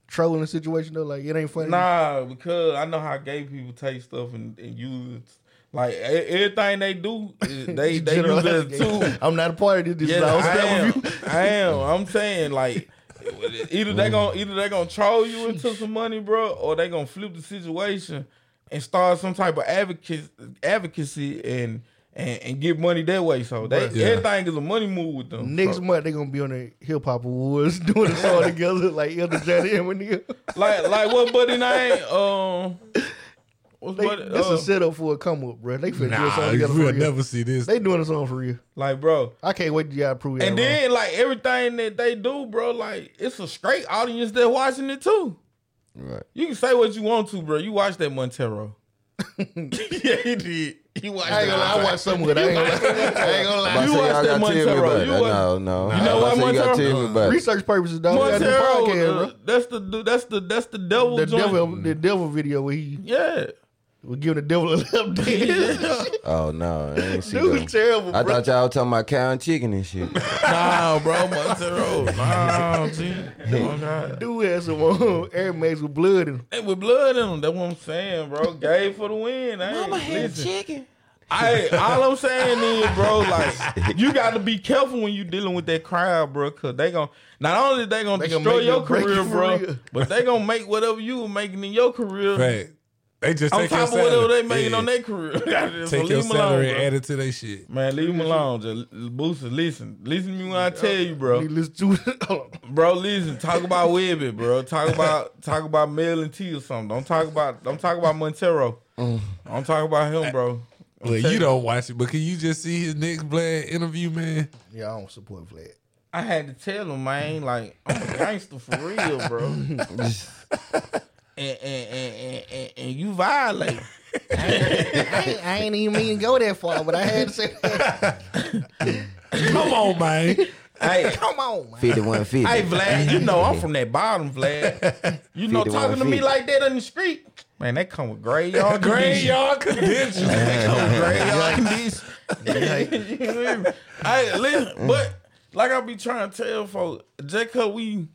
trolling situation though. Like it ain't funny. Nah, because I know how gay people take stuff and, and use it. Like e- everything they do, is they they use it as a Generalizing. tool. I'm not a part of this. This Yeah, is all I stuff am. with you. I am. I'm saying like either they gonna either they gonna troll you into some money, bro, or they gonna flip the situation and start some type of advocacy advocacy and and, and get money that way. So they Yeah. everything is a money move with them. Next So, month they gonna be on the hip hop awards doing a song together like Elder Johnny and Eminem. like like what buddy name? Um what's They, buddy, this uh, is set up for a come up, bro. They finna do a Nah, song together we'll for real. never see this. They doing a song for real. like bro. I can't wait till y'all prove And y'all wrong. then like everything that they do, bro, like it's a straight audience that's watching it too. Right. You can say what you want to, bro. You watched that Montero. yeah, he did. He watched I ain't gonna lie, I watched some of it. I ain't gonna lie. I ain't gonna I'm lie. about You to say watched y'all that gotta tell Montero. me about it. You watched- No, no. You know I what, say You gotta Montero? tell me about it. Research purposes, dog. We gotta do Montero. podcast, uh, that's the du- that's the that's the bro. devil The joint. devil, the devil video where he Yeah. was giving the devil a left dance. Oh no, I ain't see Dude, that. terrible, I bro. thought y'all was talking about cow and chicken and shit. Nah, bro, Montero. Nah, G. Oh, God. Dude had some um, Air Max with blood in him. Hey, with blood in them. That's what I'm saying, bro. Gay for the win. I Mama had chicken. I all I'm saying is, bro, like you got to be careful when you dealing with that crowd, bro, cause they gon' not only they gonna They gonna destroy make you your break career, you for bro, real. but they gonna make whatever you were making in your career Fact. They just on take your top of whatever salary. they making Yeah. on their career. so Take your leave them alone, salary and bro. add it to their shit. Man, leave them alone. Just Booster, listen, listen to me when I tell you, bro. He listened to it. Hold on. Bro, listen, talk about Webby, bro. Talk about talk about Mel and T or something. Don't talk about don't talk about Montero. Don't talk about him, bro. Well, you don't watch it, but can you just see his Nick Vlad interview, man? Yeah, I don't support Vlad. I had to tell him, man, like I'm a gangster for real, bro. and, and, and, and, and, and you violate. I ain't, I ain't even mean to go that far, but I had to say, Come on, man. Hey, come on, man. Fifty-one fifty. hey, Vlad, you know I'm from that bottom, Vlad. You know, Feed the talking to me one, feed. like that on the street, man, that come with graveyard conditions. Graveyard condition. graveyard conditions. oh, You hear me? I listen, but like I be trying to tell folks, just cause we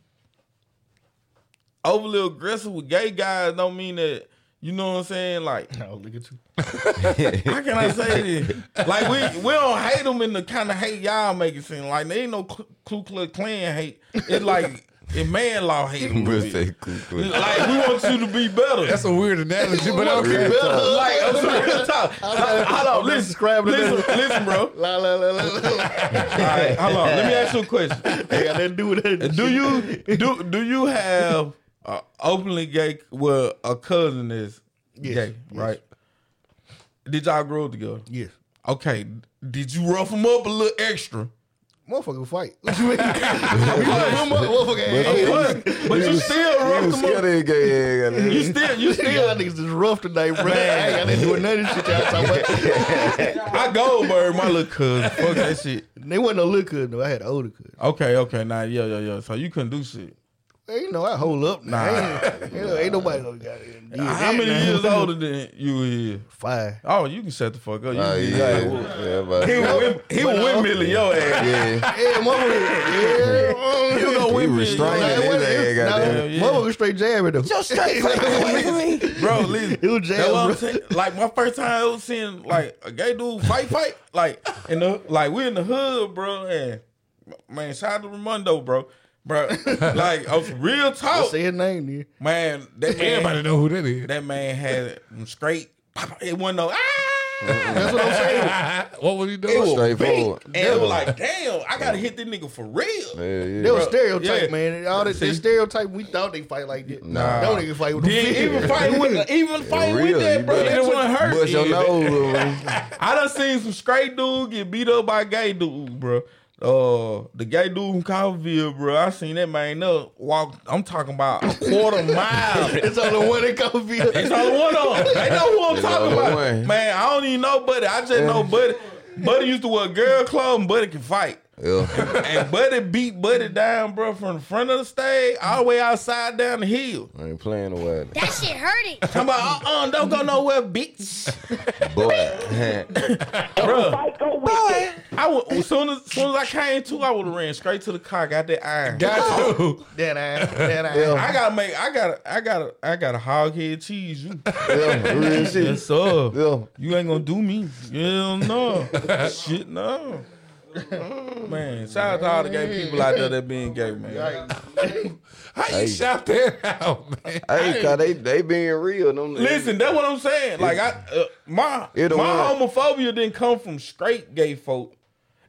overly aggressive with gay guys don't mean that you know what I'm saying. Like, Oh, look at you. how can I say this? Like, we we don't hate them in the kind of hate y'all make it seem like. There ain't no Ku Ku Klux Klan hate. It's like in man law hate. a little We'll bit. say cool, cool. Like, we want you to be better. That's a weird analogy, but okay. like, I'm sorry, real talk. Hold on, listen, describing it. listen, listen, bro. La, la, la, la, la, la. All right, hold on. Let me ask you a question. They got nothing to do with that. Do you do do you have a openly gay well a cousin is Yes, gay, yes. right? Did y'all grow up together? Yes. Okay. Did you rough him up a little extra Motherfucker fight. What you mean? you put him up, motherfucker. But- had hands. but- but you still roughed them up. You still- you still- Y'all niggas is rough tonight, bro. I ain't got to do none of this shit y'all talking about. I Goldberg, my little cousin. Fuck that shit. They wasn't no little cousin, though. I had an older cousin. Okay, okay, nah, yeah, yeah, yeah. So you couldn't do shit. Hey, you know, I hold up now. Nah. Ain't, ain't, ain't nobody gonna goddamn do How that many now. years older than you is? Five. Oh, you can shut the fuck up. You Oh, can yeah. get Yeah, it. but- He was whip- he was windmilling your ass. Yeah. Yeah, motherfucker. Yeah. You know, He women- restraining Like, what- his ass, goddamn. Hell yeah. Motherfucker straight jabbing though. Just straight bro. Listen, It was That's jab, what I'm bro. saying. Like my first time ever seeing like a gay dude fight, fight. Like in the like we in the hood, bro. And man, shout out to Ramondo, bro, bro. Like I was real talk, Say his name, dude. man. That man, Everybody know who that is. That man had them straight. It wasn't no. Ah! That's what I'm saying. What was he It doing? was Straightforward. big. And it was like, damn, I gotta hit this nigga for real. Yeah, yeah. They was Bro, stereotype, yeah. man. All that, that stereotype, we thought they fight like that. Nah. Don't even fight with the Then even fighting with even fighting real, with you that, bro, better that one hurt. Bust your Yeah. nose. Louis. I done seen some straight dude get beat up by gay dude, bro. Uh, the gay dude from Coffeeville, bro. I seen that man up walk. I'm talking about a quarter mile. It's only one that gonna be. It's only one of them. They know who I'm talking only about. one. Man, I don't even know Buddy. I just know Buddy. Buddy used to wear girl clothes and Buddy can fight. Yeah. And Buddy beat Buddy down, bro, from the front of the stage all the way outside down the hill. I ain't playing no way. That shit hurting. Talking about, uh-uh, don't go nowhere, bitch. Boy. Bro, boy, I would, as soon as, soon as I came to, I would have ran straight to the car, got that iron. Got you. That ass. That ass. I gotta make, I gotta, I gotta, I gotta hog head cheese you. Yeah, real shit. Yes, sir. Yeah. You ain't gonna do me. Yeah, no. Shit, no. Man, shout out to all the gay people out there that being gay, man. How you shout that out, man? Hey, cause they they being real. Them, Listen, that's what I'm saying. Like I, uh, my my It'll work. homophobia didn't come from straight gay folk.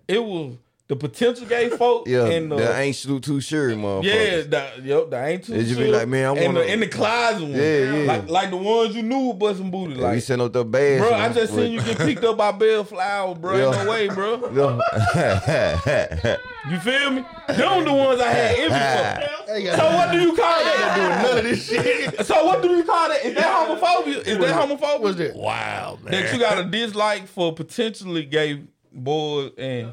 It was the potential gay folk yeah, and the, that ain't too- too sure, motherfucker. Yeah, the, yo, the ain't too. It just be sure. like, man, I and wanna- the, in the closet one. Yeah, yeah. Like, like the ones you knew would bust some booty. we Like, sent up the bad. bro, I just seen you get picked up by Bell Flower, bro. Yeah. Ain't no way, bro. Yeah. You feel me? Them the ones I had envy for. They So got what do you call do that? none of this shit. So what do you call that? Is that homophobia? Is that homophobia? What's that? Wow, man. That you got a dislike for potentially gay boys and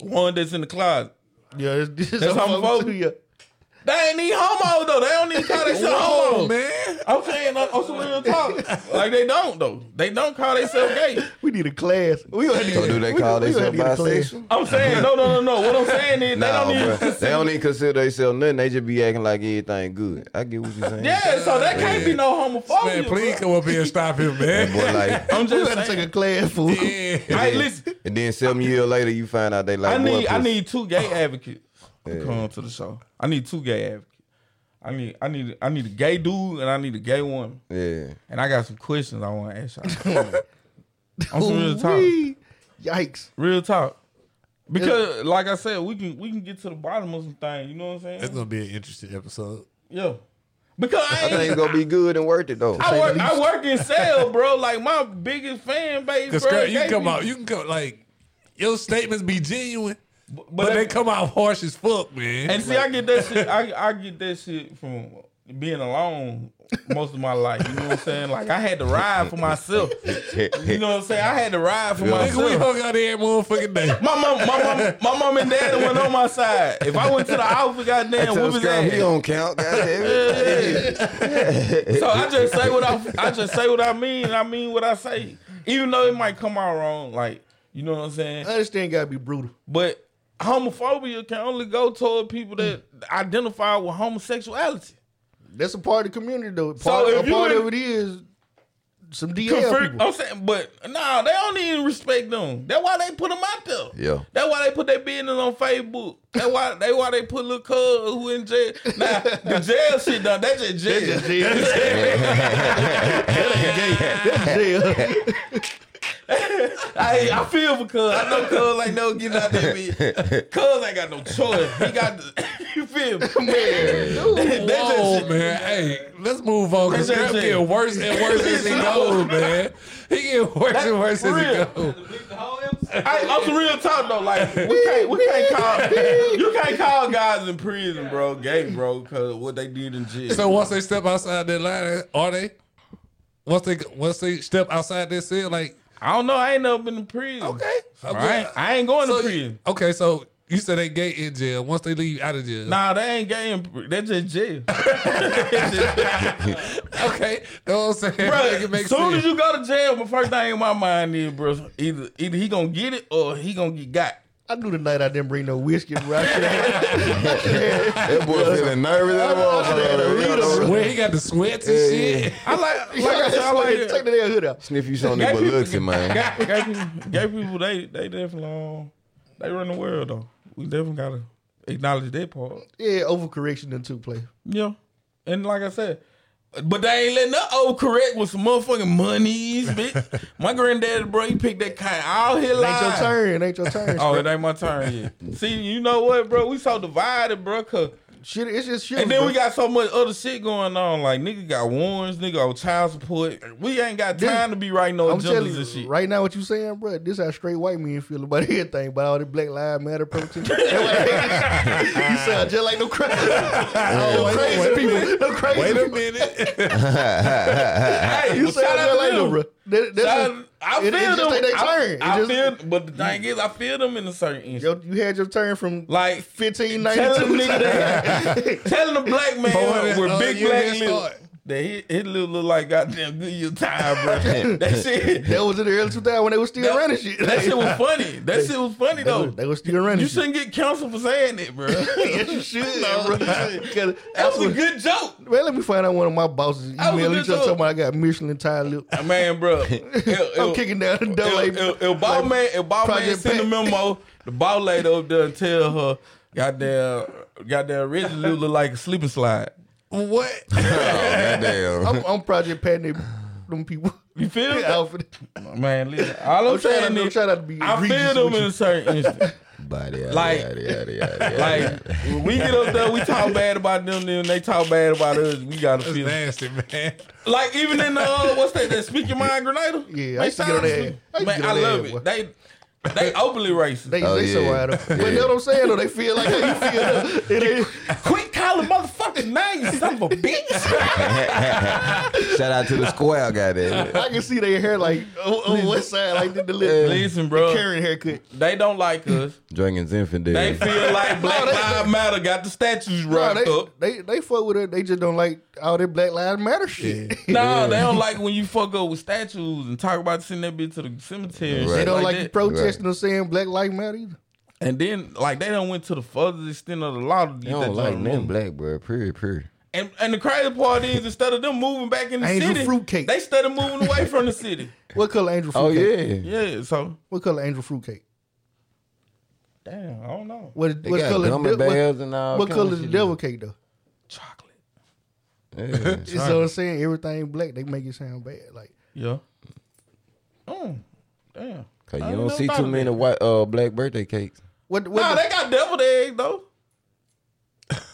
one that's in the closet. Yeah, it's, this is That's homophobic. homophobic? too, yeah. They ain't even homo though. They don't even call themselves homo. man. I'm saying on on some real talk. Like they don't though. They don't call themselves gay. We need a class. We gonna need, So do they call we gonna themselves need a class. bisexual? I'm saying no, no, no, no. What I'm saying is Nah, they don't bro. even. They don't even consider themselves nothing. They just be acting like everything good. I get what you're saying. Yeah, so that can't be no homophobia. Man, please bro. come up here and stop him, That man. boy, like, I'm We just gotta saying. take a class for. Yeah. Hey, listen. and then seven years later, you find out they like. I need boy, I pussy. need two gay advocates to come to the show. I need two gay advocates. I need I need I need a gay dude and I need a gay woman. Yeah. And I got some questions I want to ask y'all. on some real talk. Wee. Yikes. Real talk. Because like I said, we can we can get to the bottom of some things, you know what I'm That's saying? gonna be an interesting episode. Yeah. Because I I think ain't it's gonna be good and worth it though. I work I work in sales, bro. Like my biggest fan base, Cause bro. girl, you gay can come people. out, you can come like your statements be genuine, but, but, that- they come out harsh as fuck, man. And see, I get that shit. I, I get that shit from being alone most of my life. You know what I'm saying? Like I had to ride for myself. You know what I'm saying? I had to ride for Nigga, we myself. hung out every motherfucking day. My mom, my mom, my mom and dad went on my side. If I went to the office, goddamn, Tell whoop his Scrap ass. he don't count. Goddamn. So I just say what I, I just say what I mean. and I mean what I say, even though it might come out wrong. Like you know what I'm saying? I understand. Gotta be brutal. But homophobia can only go toward people that identify with homosexuality. That's a part of the community, though. Part, if a you part in- of it is some DL Confir- people. I'm saying, but nah, they don't even respect them. That's why they put them out there. Yeah. That's why they put their business on Facebook. That's why they why they put little cuz who in jail. Now the jail shit done. They just jail. That's jail. That ain't gay. That's jail. I I feel for cuz. I know cuz ain't no getting out there. bitch. Cuz ain't got no choice. He got. The, you feel me? Whoa, They just- man. Hey, let's move on. Cause That's Scrap it. getting worse and worse as he goes, man. He getting worse and worse For as he real. goes. I, I'm some real talk though. Like we can't, we can't call you can't call guys in prison, bro, gay, bro, because what they did in jail. So once they step outside that line, are they? Once they once they step outside that cell, like I don't know, I ain't never been to prison. Okay, I ain't- I ain't going to prison. Okay, so you said they gay in jail. Once they leave out of jail, Nah, they ain't gay. In, pr- they just jail. okay, know what I'm saying? Make it Bro, make as soon as sense. you go to jail, the first thing in my mind is, bro, either either he gonna get it or he gonna get got. I knew the night I didn't bring no whiskey, bro. I should've had- That boy feeling nervous. That motherfucker. Where he got the sweats and shit. I like, like I said, I like it. take the damn hood out. Sniff you something but looks it, man. Gay, gay people, gay people, they they definitely um, they run the world though. We definitely gotta acknowledge that part. Yeah, overcorrection in two play. Yeah, and like I said, but they ain't letting us old correct with some motherfucking monies, bitch. My granddaddy, bro, he picked that kind all his It ain't life. your turn. It ain't your turn. Oh, bro. it ain't my turn yet. See, you know what, bro? We so divided, bro. 'cause- shit. It's just shit. and then bro. we got so much other shit going on. Like nigga got warrants, nigga on child support. We ain't got This- time to be writing no I'm telling agendas you, and shit. right now, what you saying, bro? This how straight white men feel about everything, about all the Black Lives Matter protests. you sound just like no crazy, no crazy people, no crazy Wait a people. minute. Oh, Hey, You well, sound shout out just to like them, them. bro. That, that's Shout- a- I feel it, it just them. Take their I, turn. It I just- feel, but the thing is, I feel them in a certain instance. Yo, you had your turn from Like 1592. telling a nigga that, telling a black man Boy, with uh, big you black just lips start. that he his lip look like goddamn good year time, bro. that shit. That was in the early 2000s when they were still running shit. That shit was funny. That shit was funny They though. was- They were still running You shit. shouldn't get counsel for saying it, bro. yes, you should, bro. Because That was a what- good joke. Man, let me find out one of my bosses That was a email good each other talking joke. about I got Michelin tire lip. Man, bro. It, I'm it, kicking down the door. if, like, if, if ball like, man, if ball man Project send a Pat. memo, the ball lady up there and tell her, goddamn, goddamn, Reggie Lou look like a sleeping slide. what? Goddamn. I'm, I'm Project patting them people. You feel me? outfit. Man, listen, all I'm, I'm trying saying to- I'm is, trying not to be I egregious feel them with in you. a certain instance. Body, yada, Like- yada, yada, yada, yada, yada. Like when we get up there, we talk bad about them, then they talk bad about us. We gotta That's feel nasty, man. like even in the uh, what's that? That speak your mind, Grenada. Yeah, Man, I used to shout get on out their to- ass. I used to Man, get I on their love ass, it. boy. They they openly racist. They, Oh, they so yeah. wide up. But Yeah. you know what I'm saying? Though they feel like how you feel. It ain't, Quit calling motherfucking names, son of a bitch. Shout out to the square, goddamn. it. I can see their hair like on, on one side, like the, the little Listen, bro. the Karen haircut. They don't like us. Dragon's infidel. They feel like Black Lives Matter got the statues No, wrapped they, up. they they fuck with it. They just don't like all that Black Lives Matter shit. No, they don't like when you fuck up with statues and talk about sending that bitch to the cemetery. And Right. They shit don't like like that. you protesting or saying Black Lives Matter either. And then, like, they don't went to the furthest extent of the law to get They that don't like joint nothing removed. black, bro. Pretty, pretty. And and the crazy part is, instead of them moving back in the Angel city, fruitcake. they started moving away from the city. What color angel Oh fruitcake? yeah. Yeah, so What color angel fruitcake? damn, I don't know. What, They what got color? gummy de- bears what, and all what kind of color is the shit. devil cake though? Chocolate. Yeah. You know what I'm saying? Everything black, they make it sound bad. Like Yeah. Mm, damn. Cause I you ain't don't never see thought too of many that. white uh black birthday cakes. what? what Nah, the- they got deviled egg though.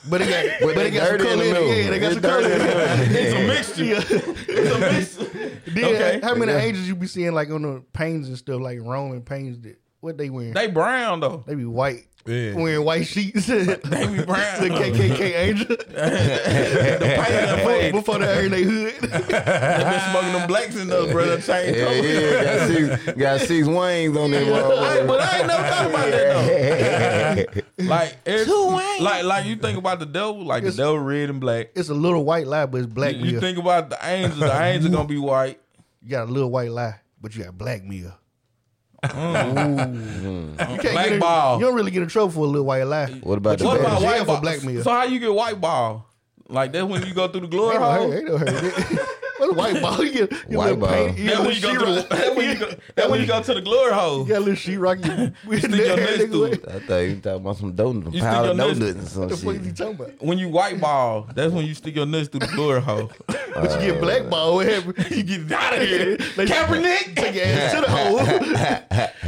but it got, but it got some dirty color in it. in the middle. Yeah, they got It's some color in dirty in the it. It's a mixture. it's a mixture. Then, Okay. How many angels you be seeing like on the panes and stuff, like Roman panes? That what they wearing? They brown though. They be white. Yeah. Wearing white sheets. they be brown. the KKK angel. Painted before, before they earn they hood. They been smoking them blacks uh, in those, bro. Them chain Yeah, colors. yeah. Got six, got six wings on them. Hey, motherfuckers. but I ain't never thought about that though. Like, it's, like, like you think about the devil, like the devil red and black. it's a little white lie, but it's black You meal. think about the angels. The angels gonna be white. You got a little white lie, but you got black meal. Ooh. You can't Black get in- ball. You don't really get in trouble for a little white lie. Mm. What about the What about jail white for ball? blackmail. So how you get white ball? Like that's when you go through the glory Ain't no hurt. hole. Ain't no hurt. What's white ball? You get you White little ball. paint- you That little when you go sheet through. rock. That when you go. That when you go to the glory hole. You got a little sheetrock. You, you stick your neck through it. I thought you talking about some donuts, You a pile stick of your donuts and What some the fuck is he shit. talking about? When you white ball, that's when you stick your nuts through the glory hole. But you Uh. get blackballed. What happened? you get out of here, Like- Kaepernick. Take your ass to the hole.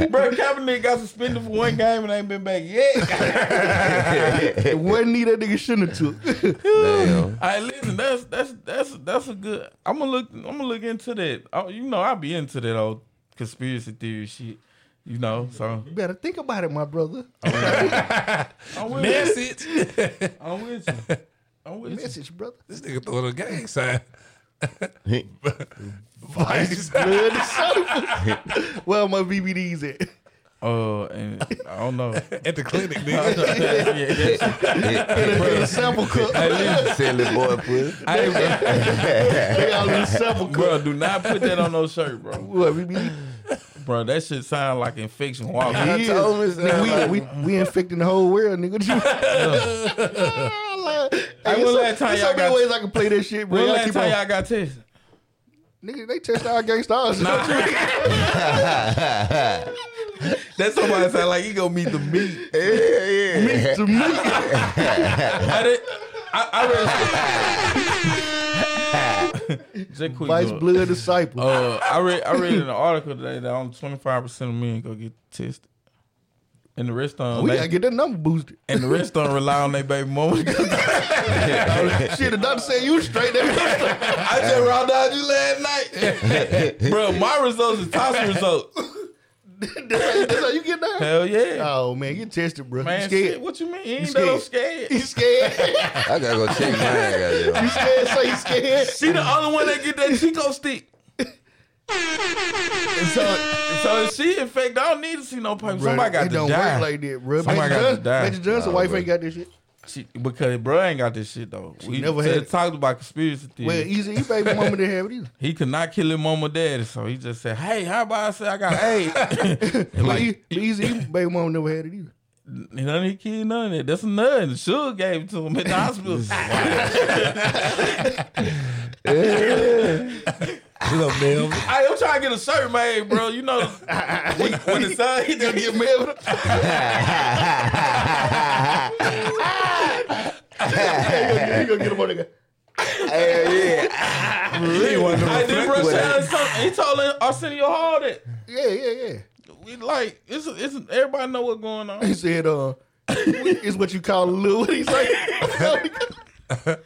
Bro, Kaepernick got suspended for one game and ain't been back yet. It wasn't me that nigga shouldn't have took. Damn. I listen. That's that's that's that's a good. I'm gonna look. I'm gonna look into that. Oh, you know, I be into that old conspiracy theory shit. You know, so You better think about it, my brother. I'm with Message. You. I'm with you. I'm with Message, brother. This nigga throwing a gang sign. Vice, blood, and soda. Where my BBDs at? you. Uh, and I don't know. At the clinic, yeah, nigga. Bro. a sample cup. Hey, listen, Silly boy, puss. I ain't They all in a sample cup. bro, do not put that on no shirt, bro. What, BBD? Bro, that shit sound like infection. Walking. He is. Nigga, we, we, we infecting the whole world, nigga. What you- Hey, Hey, when so- last time there's y'all so many got- ways I can play that shit, bro. When Y'all last keep time on- y'all got tested? Nigga, they test our gangsta. all shit. That's somebody sound like you gonna meet the meat. Meat to meat. I did. I, I read. Just quick. Vice look. blood disciple. Uh, I read. I read in an article today that only twenty five percent of men go get tested, and the rest on we they- gotta get that number boosted. and the rest don't rely on their baby mama. shit, the doctor said you straight there. I just robbed out you last night, bro. My results is toxic results. that's, how, that's how you get down. Hell yeah, Oh man, get tested, bro. man. you scared? Shit, what you mean? You You ain't that scared? I'm scared. You scared? I gotta go check mine, you goddamn. scared? Say you scared? She the only one that get that Chico stick. and so, and so if she infected, I don't need to see no paper. Bruh, Somebody got it to don't die. work like that, bro. Somebody got to Johnson, die. Major Johnson, Nah, wife bruh. ain't got this shit. She- because bro ain't got this shit though. we never just had it. talked about conspiracy theory. Well, easy, he baby mama didn't have it either. he could not kill his mom or daddy, so he just said, "Hey, how about I say I got AIDS?" And But like, he- but easy, he baby mama never had it either. none of his kids, none of that. That's nothing. Suge gave it to him at the hospital. Little Melvin. Hey, I'm trying to get a shirt made, bro. You know, when, when the sun hit, gonna get mailed. He gonna get him on the guy. Hell yeah. I did brush with out something. He told him, Arsenio Hall that. Yeah, yeah, yeah. We like, it's, it's everybody know what's going on. He said, uh, it's what you call a little. What he say?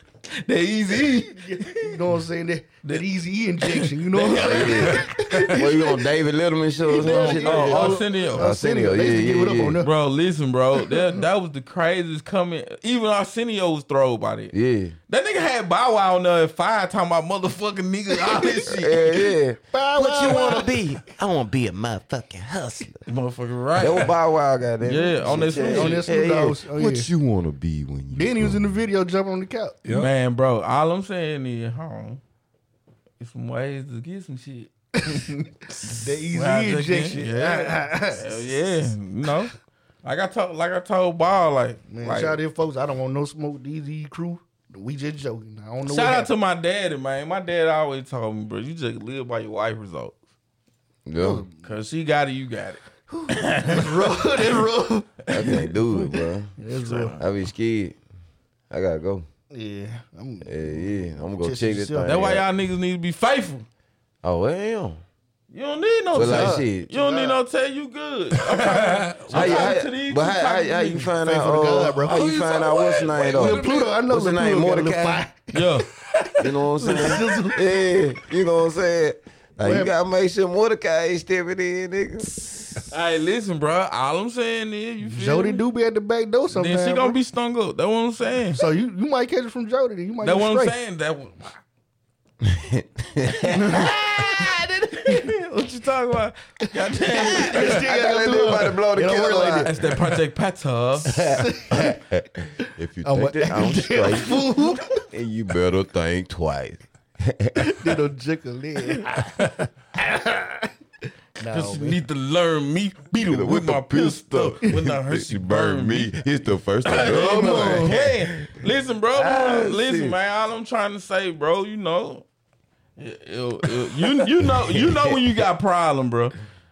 They easy. you know what I'm saying? That, that easy injection. You know what I'm saying? What you on David Littleman show or some shit? Oh, Oh, Arsenio. Arsenio, They used to yeah, give it yeah, up on yeah. them. Bro, listen, bro. That, that was the craziest comment. Even Arsenio was thrown by that. Yeah. That nigga had Bow Wow on there at five talking about motherfucking niggas, all this shit. Yeah, yeah. What you want to be? I want to be a motherfucking hustler. Motherfucking That was right. Bow Wow, goddamn. Yeah, on this- on this Snoop Dogg's- oh, What yeah. you wanna be when you? Then he was in the video jumping on the couch. Yep. Man, bro, all I'm saying is, home. It's some ways to get some shit. That easy Well, I just can't- injection. Yeah. Hell yeah. No. Like I told like I told Ball, like Man, like- shout out to them folks. I don't want no smoke. DZ crew. We just joking. I don't know. shout out to my daddy, man. My dad always told me, bro, you just live by your wife results. Yeah, Cause she got it, you got it. That's rough. I can't do it, bro. That's rough. I be scared. I gotta go. Yeah. I'm, Yeah, yeah. I'm gonna go Just check this yourself. thing. That's why out. y'all niggas need to be faithful. Oh damn. You don't need no But tell. like shit. you don't need no tell you good. I'm How, you- talking how, to these- but I'm how, how, talking to how you these. find Faithful to out? Uh, God, bro. How Oh, you find out what's the name Lil though? Oh, Pluto, I know What's the Lil name? Pluto got a little Mordecai. fire. yeah. You know what I'm saying? yeah. You know what I'm saying? Like, you gotta make sure Mordecai ain't stepping in, nigga. Hey, listen, bro. All I'm saying is you feel Jody me? do be at the back door sometimes. Then she bro. gonna be stung up. That's what I'm saying. So you, you might catch it from Jody. then You might That's get what I'm straight. saying. That w- what you talking about? Goddamn. Still I gotta gotta let do it. everybody blow the It don't work kettle like out. That's that Project Pata. If you I'm a- take that ounce damn straight, fool. and you better think twice. Did a jiggle leg. No, Cause you man. need to learn me. Beat it with my pistol. When I heard she burned me. It's the first time. Come on, Come on. man. Listen, bro. listen, shit. man. All I'm trying to say, bro. You know, it- it- it- you you know you know when you got problem, bro.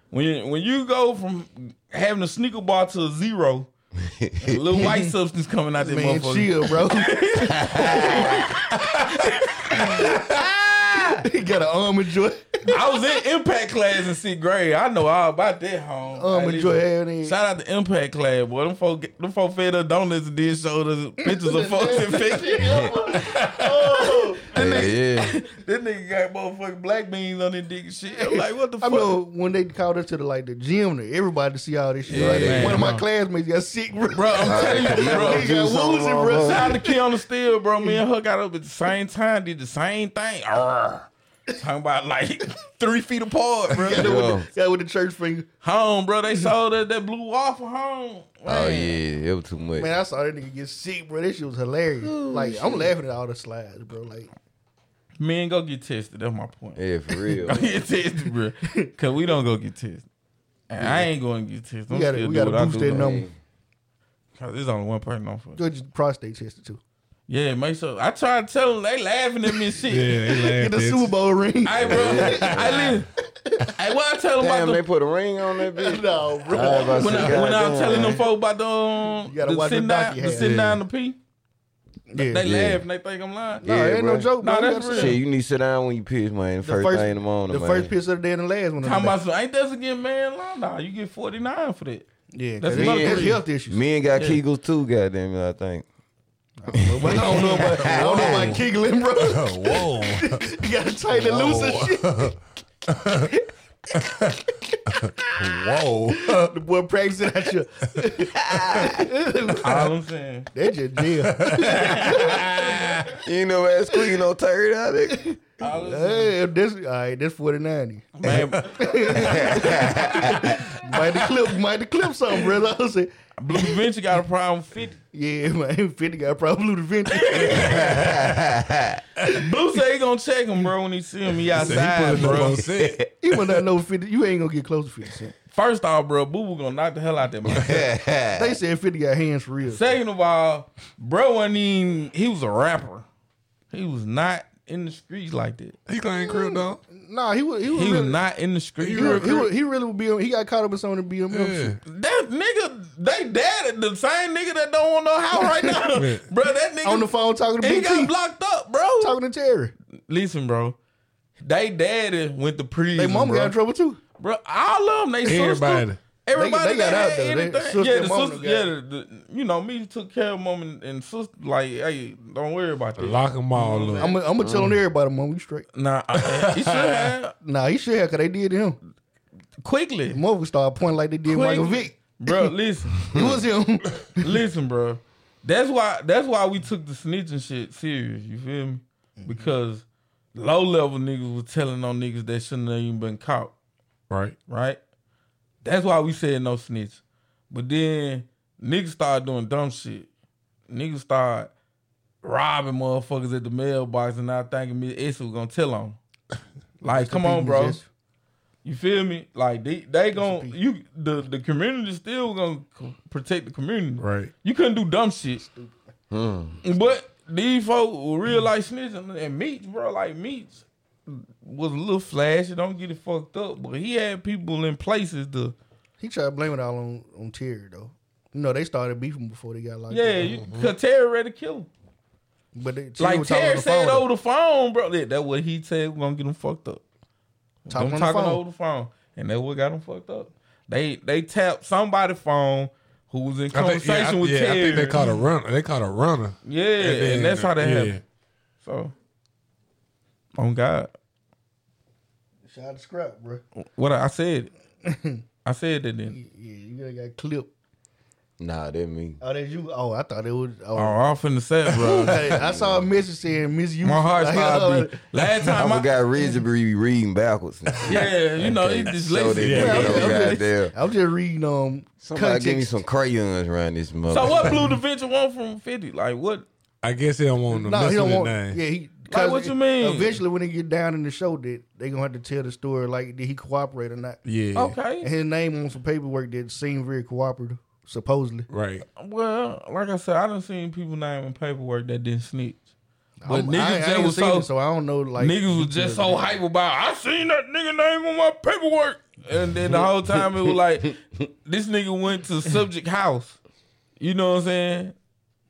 When you, when you go from having a sneaker bar to a zero, a little white substance coming out that Man, motherfucker. chill, bro. he got an arm and joy. I was in impact class in sixth grade. I know all about that, home. Arm and joy. Oh, had it. Shout out to Impact Class, boy. Them folk, them folk fed up donuts and did show us pictures of folks infected. Yeah, yeah. this nigga got motherfucking black beans on his dick and shit. I'm like, what the I fuck? know when they called us to the like the gym, to everybody to see all this shit. Yeah, like, man, one of my no. classmates got sick, bro. Bro, I'm telling you, bro. He got woozy, bro. Shout out to Keanu Steele, bro. Me and her got up at the same time, did the same thing. Arrgh. Talking about like three feet apart, bro. That with the- that with the church finger. Home, bro. They sold that, that blue waffle home. Uh, Oh yeah, it was too much. Man, I saw that nigga get sick, bro. That shit was hilarious. like, I'm laughing at all the slides, bro. Like, Men go get tested. That's my point. Yeah, for real. go get tested, bro. Cause we don't go get tested. And I ain't going to get tested. We I'm gotta- still we do gotta what I boost do, that though. number. Cause there's only one person on for. go get your prostate tested too. Yeah, make sure. I try to tell them they laughing at me and shit. Yeah, they Get laugh the at you. Super Bowl ring. Hey, bro. I live. Hey, what I tell them Damn, about they the, put a ring on that bitch. no, bro. I was about to when, say, I, when I goddamn. was telling them folk about the, um, You gotta the watch the sitting down, doc you the had. sitting Yeah. down to pee, Yeah. they Yeah. laugh and they think I'm lying. No, it ain't no bro. joke, Nah, bro. You that's gotta real. sit Shit, you need to sit down when you piss, man. The First, first- thing in the down. morning, The man. first piss of the day and the last one. of the Talking day. about some, ain't that again, man? Nah, nah, you get 49 for that. Yeah, That's that's, another that's reason. health issues. Me and got Yeah. Kegels too, goddamn it, I think. But I don't know about, I don't know about giggling, bro. Whoa. You gotta tighten it loose and shit. Whoa. The boy practicing at you. All I'm saying. That's your deal. You ain't no ass squeaking no turd out of it. All I'm- Hey, this, all right, that's 49. man, Might the clip, might the clip something, brother. I said, Blue Venture got a problem with 50. yeah, man, 50 got probably blue venture. Blue say he gonna check him, bro, when he see him. He outside, bro. He must not know 50. You ain't gonna get close to 50 cent. First off, bro, Boo Boo gonna knock the hell out that man. They said 50 got hands for real. Second of all, bro wasn't even, he was a rapper. He was not in the streets like that. He claimed crib dog. Nah, he was, he was, He was really, not in the streets. he, was, he, was, he really would be on, he got caught up in some of the BMF Yeah. shit. That nigga, they dad, the same nigga that don't want no house right now, bro. That nigga On the phone talking to He BT, got blocked up, bro. talking to Terry. Listen, bro. They daddy went to prison. They mama bro. got in trouble too. bro. All of them, they Everybody. sister. Everybody They- they got that out had there. They- anything. sister yeah, and the mama sister, got- yeah, the, the- you know, me took care of mom and, and sister. Like, hey, don't worry about that. Lock them all up. I'm gonna chill on everybody, mom. You straight. Nah, I- he should have Nah, he should have, cause they did to him. quickly, Motherfucker started pointing like they did Quick. Michael Vick. bro. Listen, It was him. listen, bro. That's why. That's why we took the snitching shit serious. You feel me? Mm-hmm. Because low level niggas was telling on niggas that shouldn't have even been caught. Right. right? That's why we said no snitch. But then niggas started doing dumb shit. Niggas started robbing motherfuckers at the mailbox and not thinking me Issa was gonna tell on. 'em. Like, come on, P. bro. Jesse. You feel me? Like they they gon' P. you the the community still gonna c- protect the community. Right. You couldn't do dumb shit. But these folks were real life snitching and Meats, bro, like Meats was a little flashy, don't get it fucked up, but he had people in places to He tried to blame it all on on Terry though. You know they started beefing before they got locked. Yeah, up. you, cause Terry ready to kill him. but they, Terry Like was talking on Terry the said phone, over the phone, bro. That, that what he said we gonna get him fucked up. though. I'm talking on the talking phone. over the phone, and that what got him fucked up. They they tapped somebody's phone who was in I conversation think, yeah, I, with yeah, I Terry. think they caught a runner. They caught a runner. yeah, and that's how that yeah. happened. So, on God, Shout out to Scrap, bro. what I, I said, I said that then. Yeah, you gotta got clipped. Nah, that me. Oh, that's you. Oh, I thought it was. Oh, Oh, off in the set, Oh. bro. Hey, I saw a message saying Miss You. My heart Like, stopped. beating. Last I time I, forgot Reggie be reading backwards. and shit. yeah, you know, it's just So that lazy. nigga Yeah. don't goddamn. I'm just reading um Somebody give me context. some crayons around this mother. So what Blue Da Vinci want from Fifty? Like what? I guess they don't want to No, mess he don't with want. the name. Yeah, he. Like, 'cause what you it- mean? Eventually, when they get down in the show, that they gonna have to tell the story like did he cooperate or not? Yeah. And Okay. his name on some paperwork that seemed very cooperative, supposedly. Right. Well, like I said, I done seen people naming paperwork that didn't snitch. But I'm- niggas Oh, I, I just ain't was seen so it, so I don't know. Like niggas was just so hype about I seen that nigga name on my paperwork. And then the whole time it was like this nigga went to subject house. You know what I'm saying?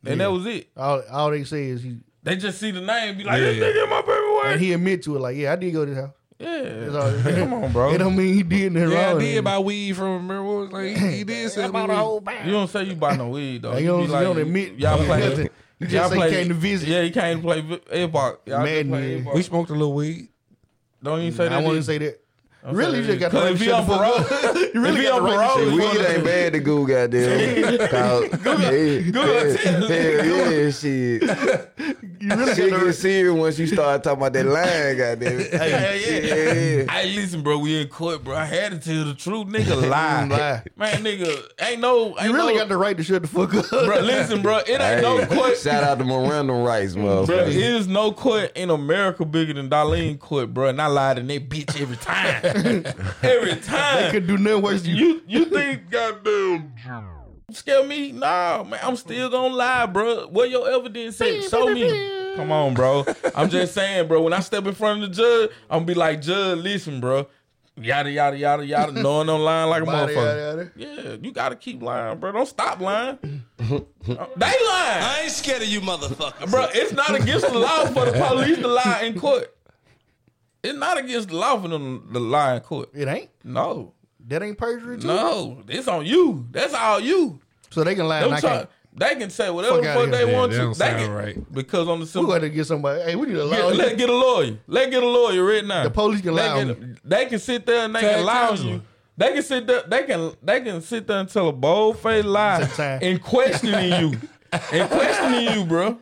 And that was it. All, all they say is he They just see the name, be like, Yeah. this nigga in my paperwork. and he admit to it. Like, yeah, I did go to his house. Yeah. It's all- Come on, bro. It don't mean he did nothing yeah, wrong. I did buy weed from remember what was like he did sell me weed. You don't say you buy no weed though. Like, you be don't- you don't admit y'all nothing. play. You just y'all say play, came to visit. Yeah, you came to play vi- Xbox. Y'all just play Madman. Xbox. We smoked a little weed. Don't even say I that. want to either. say that. Don't really, say you that just got to either. 'Cause if he on parole, You really if he got on the right to parole, he say Weed gonna- ain't bad to Goo, goddamn. Cause, yeah, Google yeah, tell. hell yeah, shit. You really got Shit the get right. serious once you start talking about that line, goddamn. Hey, yeah. Yeah. Hey, listen, bro. We in court, bro. I had to tell the truth, nigga. Lie, Mm, lie. man, nigga. Ain't no. Ain't You really no, got the right to shut the fuck up. bro. Listen, bro. It ain't no Hey, court. shout out to Miranda Rice, Bro, motherfucker. it is no court in America bigger than Darlene court, bro. And I lied in that bitch every time. every They time. could do nothing worse than you. You you think goddamn scare me? Nah, man, I'm still gonna lie, bro. What your evidence at? Show me. Come on, bro. I'm just saying, bro. When I step in front of the judge, I'm gonna be like, Judge, listen, bro. Yada yada yada yada. Knowing I'm lying like a Yada, motherfucker. yada, yada. Yeah, you gotta keep lying, bro. Don't stop lying. Uh, they lying. I ain't scared of you, motherfucker. Bro, it's not against the law for the police to lie in court. It's not against the law for them to lie in court. It ain't. No. That ain't perjury, too. No. It's on you. That's all you. So they can lie Them and I try- can't. they can say whatever Fuck the outta fuck here. they Yeah, want that to. don't They sound can, right. Because on the We simple got to get somebody. Hey, we need a Get- law. let's get a lawyer. Let's get a lawyer right now. The police can lie they on can, they can sit there and they Tag can lie on Counselor. you. They can sit there. They can. They can sit there and tell a bold faced lie Sometime. and questioning you, and questioning you, bro.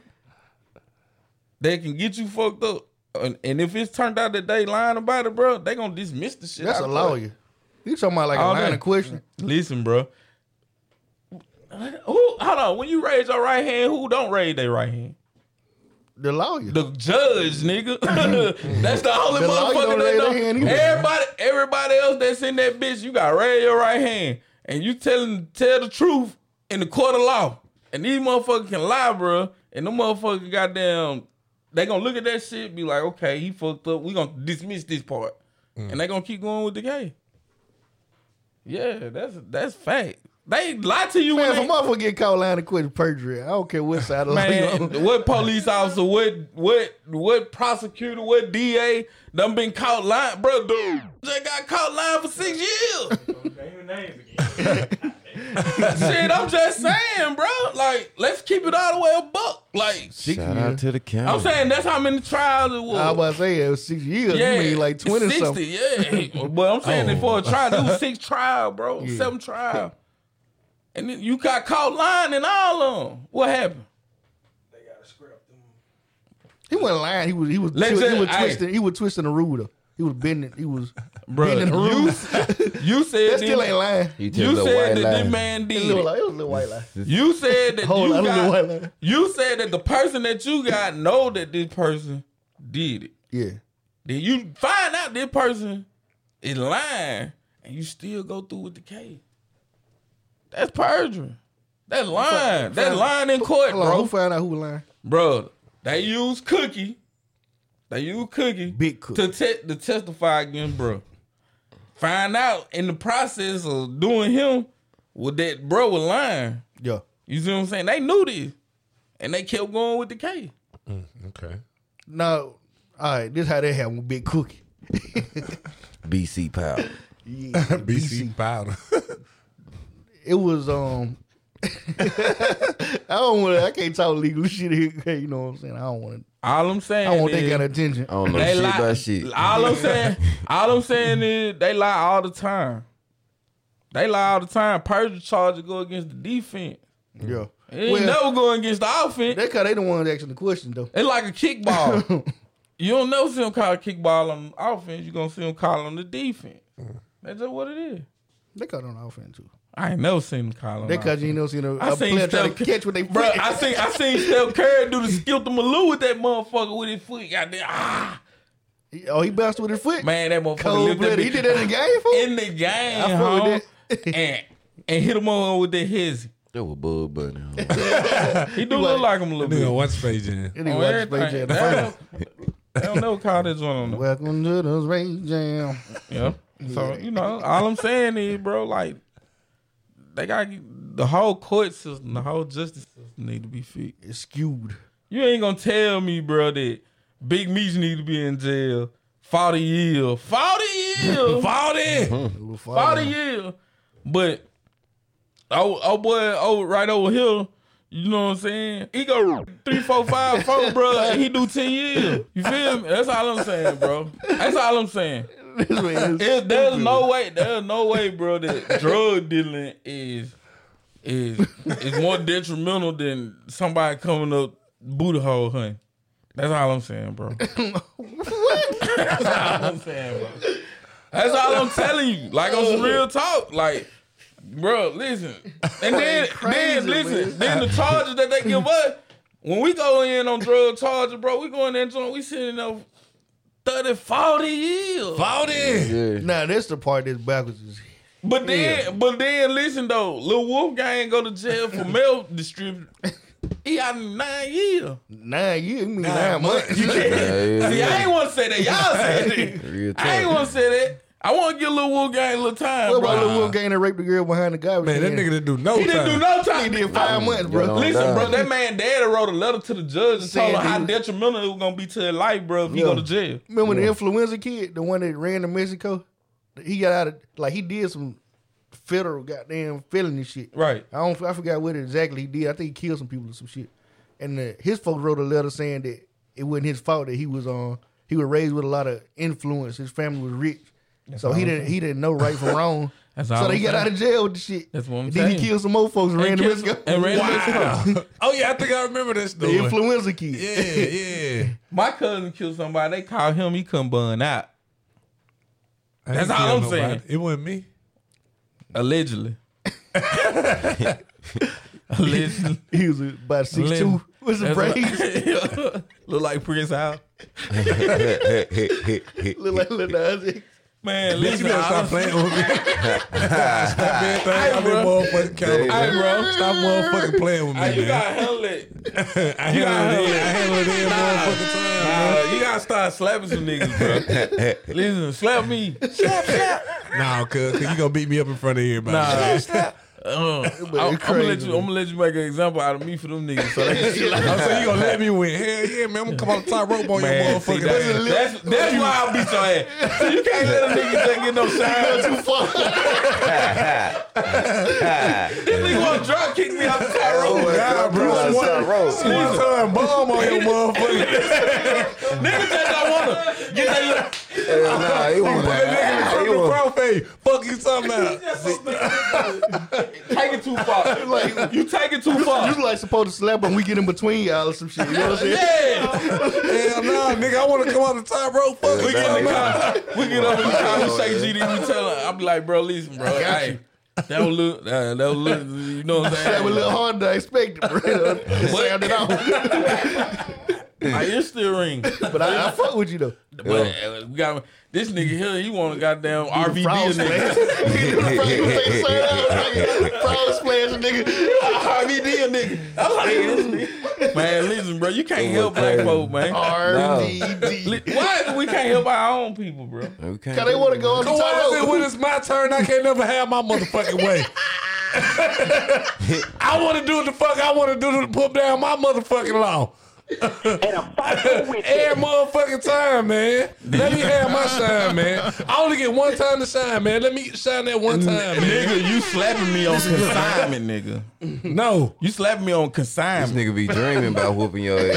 They can get you fucked up, and, and if it's turned out that they lying about it, bro, they gonna dismiss the shit. That's out a of court. lawyer. You talking about like a All line day. of question? Listen, bro. Who? Hold on. When you raise your right hand, who don't raise their right hand? The lawyer. The judge, nigga. that's the only The lawyer motherfucker don't that raise know. their hand either. Everybody, everybody else that's in that bitch, you got to raise your right hand, and you telling tell the truth in the court of law. And these motherfuckers can lie, bro. And them motherfuckers, goddamn, they gonna look at that shit, be like, okay, he fucked up. We gonna dismiss this part, Mm. and they gonna keep going with the game. Yeah, that's that's fact. They lie to you man, if when a they, motherfucker get caught lying and question perjury, I don't care what side of the law you on. Man, what police officer, what what what prosecutor, what DA done been caught lying, bro? Dude, just got caught lying for six years. Shit, I'm just saying, bro. Like, let's keep it all the way a buck. Like, Shout out to the camera. I'm saying that's how many trials it was. I was about to say it was six years. you mean like twenty 60, something? Yeah, but I'm saying that for a trial, it was six trial, bro, seven trial, and then you got caught lying and all of them. What happened? He wasn't lying. He was he was Let's he was- just- he was hey. twisting. He was twisting the ruler. He was bending. He was Bruh, bending the you- ruler. You said that still this- ain't lying. You tell You little said white that this lie. man It did. was a it. little, it was a little white lie. You said that Hold you on, I don't know why got. I lied. You said that the person that you got know that this person did it. Yeah, Then you find out this person is lying, and you still go through with the case. That's perjury. That's lying. That's lying in court, Hold on, bro. who found out who was lying? Bro, they use Cookie. They use Cookie. Big Cook. to, te- to testify against bro. Find out in the process of doing him, with that bro was lying. Yeah, You see what I'm saying? They knew this, and they kept going with the case. Okay. no. All right, this how that happened with Big Cookie. BC Power. BC powder. It was um. I don't want to. I can't talk legal shit here. You know what I'm saying? I don't want to. All I'm saying, I don't want is, Oh. that kind of attention. I don't know they shit lie. about shit. All I'm saying, all I'm saying is they lie all the time. They lie all the time. Perjury charges go against the defense. Yeah. It ain't Well, never going against the offense. that's because they the ones asking the question though. It's like a kickball. you don't never see them call a kickball on offense. You're going to see them call on the defense. That's just what it is. They caught on offense too. I ain't never seen them call on They offense. caught you know seen a, I a seen player try Steph to catch what they Bro, I seen I seen Steph Curry do the skill to Malou with that motherfucker with his foot. Goddamn, ah, Oh, he bounced with his foot. man, that motherfucker cold lived that blooded. He bitch did that in the game for. in the game, I fuck with huh? that. and and hit him over with that hizzy. That was Bug Bunny. homie. He do look like him a little bit. Nigga, what's page in? He On didn't watch Space everything. Jam. They don't- they don't never call this one on the Welcome to the Space Jam. Yeah. So you know, all I'm saying is, bro, like they got the whole court system, the whole justice system need to be fixed. It's skewed. You ain't gonna tell me, bro, that Big Meech need to be in jail 40 years. 40 years. 40. 40 years. But oh, oh boy, oh right over here, you know what I'm saying? He go three, four, five, four, bro, and he do ten years. You feel me? That's all I'm saying, bro. That's all I'm saying. It- there's no way, there's no way, bro, that drug dealing is is is more detrimental than somebody coming up booty hole hunting. That's all I'm saying, bro. That's all I'm saying, bro. That's all I'm telling you. Like on some real talk, like, bro, listen. And then, then listen, then the charges that they give us. When we go in on drug charges, bro, we going in joint, we sitting there 30, 40 years. 40. Nah, that's the part that's backwards. as But then, but then, listen though, Lil Wolfgang go to jail for mail distribute. He out in nine years. Nine years, you mean nine, months. See, I ain't want to say that. Y'all said it. Real I ain't want to say that. I want to give Lil Wolfgang a little time, What bro. about Lil Will Gang that raped the girl behind the garbage? Man, that can? nigga didn't do he didn't do no time. He did five months, bro. Listen, bro, that man daddy wrote a letter to the judge and told Saying him how he- detrimental it was gonna be to his life, bro, if he go to jail. Remember the influenza kid, the one that ran to Mexico? He got out of like he did some federal goddamn felony shit. Right. I don't. I forgot what exactly he did. I think he killed some people or some shit. And uh, his folks wrote a letter saying that it wasn't his fault that he was on. he was raised with a lot of influence. His family was rich, so all he I'm didn't. saying. He didn't know right from wrong. That's so all they I'm got saying. out of jail with the shit. That's what I'm then saying. he killed some old folks and, ran to killed Mexico. some- and ran to Mexico. Oh yeah, I think I remember this the story. influenza kid. Yeah, yeah. My cousin killed somebody. They called him. He couldn't burn out. I That's didn't all I'm kill nobody. saying. It wasn't me. Allegedly. Allegedly. He was about six two. Was the That's what- Look like Prince Al. Look like Lil Nas X. Man, Bitch, listen, you better I- stop playing with me. stop being thing. Hey, I'm in bro. motherfucking California. Hey, bro. Stop motherfucking playing with me, Hey, you man. gotta handle it. I You gotta handle handle it. in. it. I handle it in motherfucking time. Nah, uh, you gotta start slapping some niggas, bro. Listen, slap me. Slap, slap. Nah, cuz, cuz you gonna beat me up in front of everybody. Nah. Stop. Uh, it I'm, I'm gonna let crazy, you. I'm gonna let you make an example out of me for them niggas. So they Oh, so you gonna let me win? Hell yeah, man! I'm gonna come on the top rope on your Man, see, motherfucking that- ass. that's, that's why I beat your ass. So you can't let a nigga just get no shine. too far. This nigga want to drop kick me out the Oh, Tyrone. Nah, bro, one, one time bomb on your motherfucking. Nigga just don't want to get that little. Nah, he Put won't. that nigga in He the won't. crooked profile. Fuck you something out. Take it too far. Like- you take it too far. You like supposed to slap him. We get in between y'all or some shit. You know what I'm saying? Yeah. Hell nah, nigga, I wanna come on the top rope. Fuck We you get in something the out. car. We get up in the car. We shake GD. We tell her. Oh, I be like, bro, listen, bro. Hey, that was look. uh, That was look. You know what I'm That saying? was a little harder than I expected, bro. It sounded off. My ear still ring. But I, I fuck with you, though. But uh, we got this nigga here. He want a goddamn RVD Frog nigga. splash. You say something else, nigga. Frog splash, nigga. RVD nigga. I'm like, this nigga. man, listen, bro. You can't help black folk, man. R-D-D. Li- Why is it we can't help our own people, bro? Okay. Cause they want to go on the So why is it top when rope. it's my turn, I can't never have my motherfucking way? I want to do the fuck I want to do to put down my motherfucking law. Every motherfucking time, man. Let me have my shine, man. I only get one time to shine, man. Let me shine that one time, man. Nigga, you slapping me on consignment, nigga. No. You slapping me on This consignment. nigga be dreaming about whooping your ass.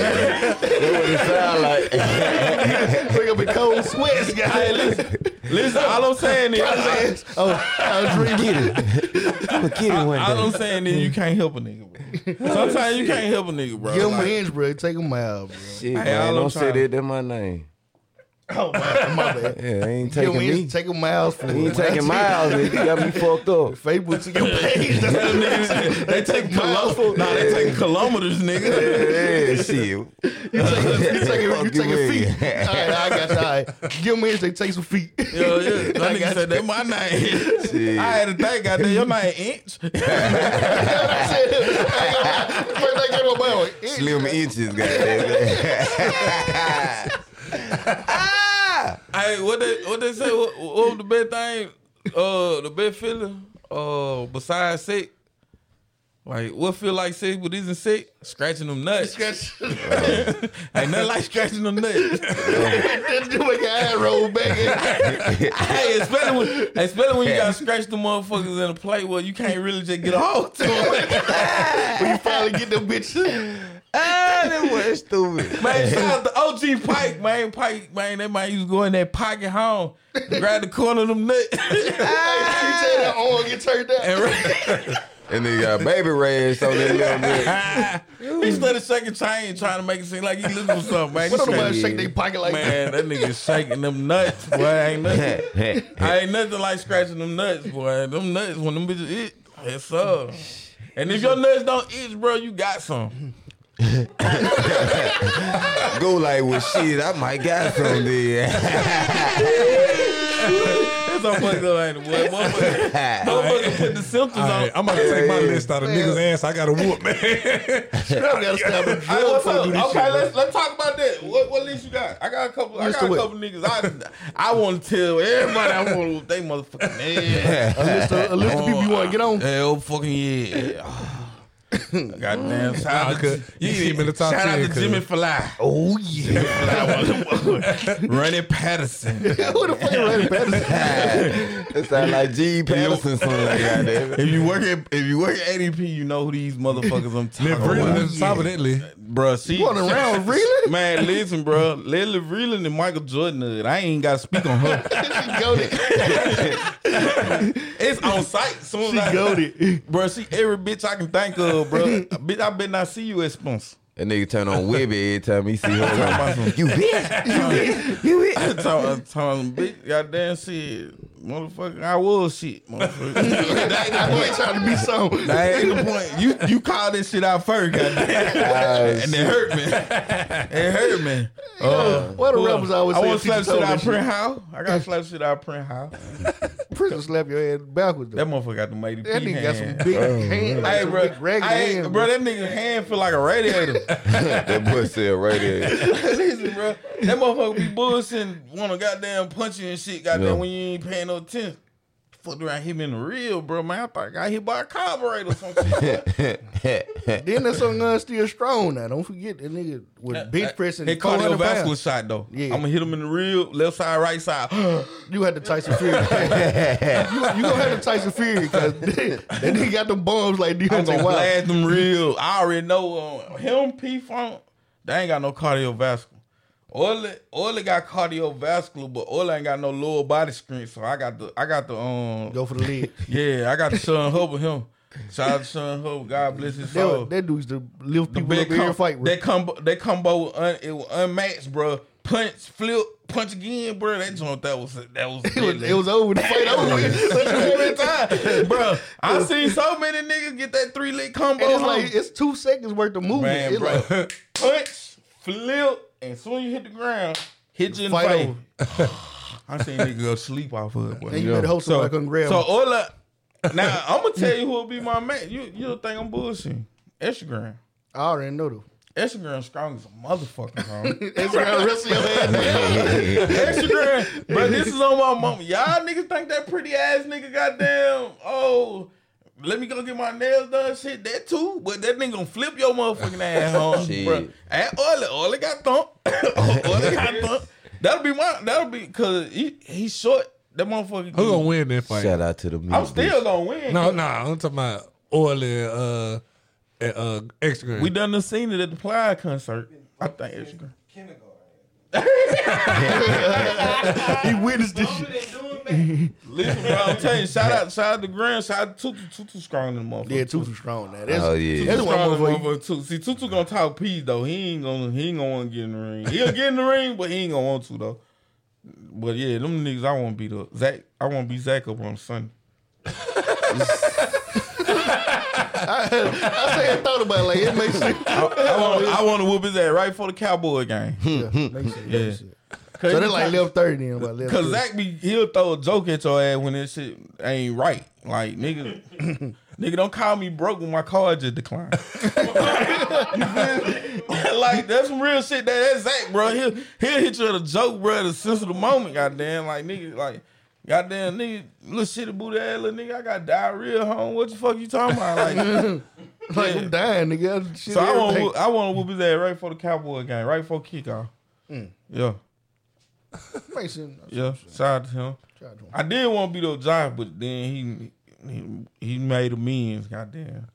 That's what it sound like. Bring up in cold sweats, Hey, guy. listen, listen, all I'm saying is, I, Oh, I was dreaming. I'ma get it one all I'm day. saying is, you can't help a nigga, bro. Sometimes you can't help a nigga, bro. Give him an Like, inch, bro. Take him out, bro. Shit, all man, I'm don't say trying- that. That's my name. My bad. Yeah, they ain't Give taking him an me. inch. Take him miles for He ain't taking miles. He got me fucked up. Facebook to your page. That's tell a nigga they take kilometers. Nah, they take kilometers, nigga. Yeah, shit. You take, it, you Fuck take your you, feet. nigga. All right, I got you. All right. Give them inch, they take some feet. Yo, yeah, that I nigga got said you. that my name. Shit. I had to think, goddamn, your name Inch. That's what I said. I ain't gonna lie. First I gave my boy, inch. Slim inches, goddamn. Hey, what they what they say? What, what was the best thing? Uh, the best feeling? Uh, besides sex, Like what feel like sex but isn't sex? Scratching them nuts. Ain't nothing like scratching them nuts. That dude with your eye roll back. hey, especially when, especially when you gotta scratch the motherfuckers in a play where you can't really just get a hold to them. when you finally get them bitches. Ah, that was stupid. Man, shout out to OG Pike, man. Pike, man, that man used to go in that pocket home, grab the corner of them nuts. Hey, that arm get turned out. and re- And they got baby rays on that little bit. he started shaking chain, trying to make it seem like he looking for something, man. What He nobody said, shake their pocket like that? Man, that nigga shaking them nuts, boy. Ain't nothing. I ain't nothing like scratching them nuts, boy. Them nuts when them bitches it, it's up. And if your nuts don't itch, bro, you got some. Go like, well, shit, I might got some there. That's all fucked up, ain't it, boy? Motherfucker, motherfucker put the symptoms All on. right, I'm about to take my list out of niggas' ass. I got a whoop, man. Strap gotta stop and Hey, drug what's for up? do Okay, this shit. bro. let's let's talk about that. What what list you got? I got a couple. I List got a of what? couple niggas. I I want to tell everybody. I want to whoop they motherfucking ass. A list of, a list of people you want to get on. Hell fucking yeah. Goddamn, shout out could- to, you ain't even the top shout out 10 to could. Jimmy Fly, Oh yeah. Ronnie Patterson. Who the fuck Ronnie Patterson? It sound like G. Patterson son. goddamn it. If you work at if you work at ADP, you know who these motherfuckers I'm talking Liv Freeland about, at the top of that list. bro. She Going around really? Man, listen, bro. Lily Freeland and Michael Jordan. uh, I ain't got to speak on her. She goaded. It's on site. Soon She as I- goaded. bro. See every bitch I can think of, bro. bitch, I bet not see you at Spence. That nigga turn on Webby every time he see her. Like, you bitch. I'm talking, I'm talking, bitch, goddamn shit, motherfucker. I was shit, motherfucker. that ain't the point. Trying to be so. That ain't the point. You you call this shit out first, goddamn, Ah, and it hurt me. It hurt me. Uh, What the rappers always I say? want to slap teachers shit told out us shit. print house. I got to slap shit out print house. Prison slap your head backwards. Though. That motherfucker got the mighty That P nigga got some hand. big hand, like Hey, some bro, big ragged hey, hand, bro, that nigga hand feel like a radiator. that pussy right there. Listen, bro, that motherfucker be bullshitting, want to goddamn punch you and shit, goddamn, Yeah. when you ain't paying no attention. Fucked around him in the real, bro, man. I thought I got hit by a carburetor or something. Then that some gun still strong now. Don't forget that nigga was bench pressing. Hit 400 pounds. Uh, cardiovascular shot, though. Yeah. I'm going to hit him in the real, left side, right side. You had the Tyson Fury. you, you gonna have the Tyson Fury because that nigga got the bombs like I'm going Deontay to Wilder. blast them real. I already know uh, him, P Funk, they ain't got no cardiovascular. Oily, Oily got cardiovascular, but Oily ain't got no lower body strength, so I got the I got the um Go for the lead. Yeah, I got the Sean Hope with him. Shout out to Sean Hope. God bless his soul. That, that dude's the lift The people big up in com- here fight. Bro. that combo, that combo, was un, it was unmatched, bro. Punch, flip, punch again, bro. That joint, that was that was It was, it was over. The fight over. with. every time, bro. I seen so many niggas get that three lit combo. And it's huh? like it's two seconds worth of movement. Uh-huh. man, it's bro. like punch, flip, and soon you hit the ground, hit you in Fight the face. I seen niggas go sleep off of it, boy. and you better hope somebody can grab. So him. Ola, now I'm gonna tell you who will be my man. You you don't think I'm bullshitting? Instagram, I already know though. Instagram strong as a motherfucker, bro. That's around the rest of your head. Instagram, but this is on my mama. Y'all niggas think that pretty ass nigga, goddamn. Oh, let me go get my nails done, shit. That too, but that nigga gonna flip your motherfucking ass home, Shit. bro. And Ola, Ola got thumped. Ola got thumped. That'll be my. That'll be because he he's short. That motherfucker. Who gonna win that fight? Shout out to the music. I'm still gonna win. No, no, I'm talking about oil and uh, and, uh, Instagram. We done done seen it at the Pride concert. I think it's good. he witnessed this shit. Listen, bro, I'm telling you, shout out, shout out to Grand, shout out to Tutu, Tutu strong in the motherfucker. Yeah, Tutu strong now. That's, Oh, yeah. That's Tutu why strong in the motherfucker. motherfucker too. See, Tutu gonna talk peace though. He ain't gonna, he ain't gonna want to get in the ring. He'll get in the ring, but he ain't gonna want to though. But yeah, them niggas, I want to beat up Zach. I want to beat Zach up on Sunday. I said, I thought about it like it makes sense. I want, I want to whoop his ass right before the Cowboy game. yeah, makes sense. Yeah. So they're like left thirty then. About left Cause 30. Zach be he'll throw a joke at your ass when that shit ain't right. Like nigga, nigga, don't call me broke when my card just declined. You feel me? like that's some real shit. That that's Zach, bro. He'll he'll hit you with a joke, bro. At the sense of the moment, goddamn. Like nigga, like goddamn nigga, little shitty booty ass little nigga. I got diarrhea home. What the fuck you talking about? Like Like, I'm dying, nigga. Shit, so I everything. want to I want to whoop his ass right before the Cowboy game, right before kickoff. Mm. Yeah, Makes sense. yeah. Shout out to him. Shout out to him. I did want to beat up Josh, but then he he, he made amends. Goddamn.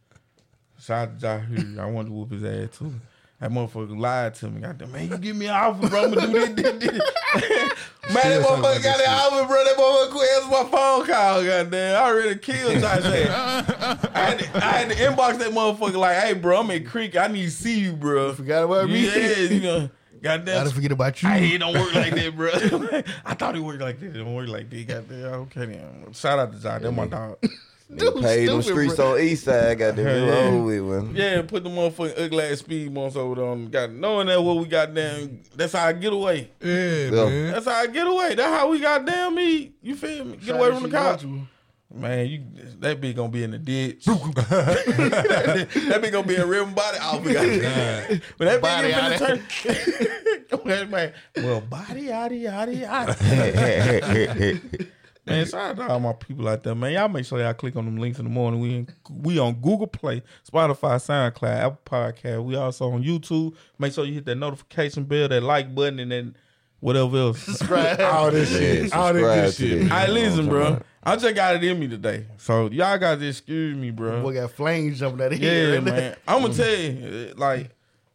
Shout out to Josh Hughes. I wanted to whoop his ass too. That motherfucker lied to me. Goddamn, man, you give me an offer, bro. I'm gonna do this, this, this. Man, that Still talking about motherfucker got this that offer, bro. That motherfucker quit answering my phone call. Goddamn, I already killed Josh. ass. I had, to, I had to inbox that motherfucker like, hey, bro, I'm at Creek. I need to see you, bro. Forgot about me. Yeah, you know. Goddamn. Gotta forget about you. Hey, it don't work like that, bro. I thought it worked like that. It don't work like that. Goddamn. Okay, then. Shout out to John. That's my dog. They paid them stupid, streets bro. on East Side. Got them Hell yeah. yeah. over with, man. Yeah, put the motherfucking ugly ass speed bumps over on. Got knowing that what we got down. That's how I get away. Yeah, man. That's how I get away. That's how we got down me. You feel me? Get Shout away out from the to you, cops. Joshua. Man, you that bitch gonna be in the ditch. that bitch gonna be a rim body outfit. goddamn. When that Body bitch finna turn, Well, man, well, body, yaddy, yaddy, yaddy. Man, shout out to all my people out there, man. Y'all make sure y'all click on them links in the morning. We in, we on Google Play, Spotify, SoundCloud, Apple Podcast. We also on YouTube. Make sure you hit that notification bell, that like button, and then whatever else. Subscribe. All this Yeah, shit. All this good subscribe to shit. this. man. I listen, You know what I'm bro. I just got it in me today, so y'all got to excuse me, bro. Boy got flames jumping out of here. Yeah, man. I'm gonna tell you, eh, like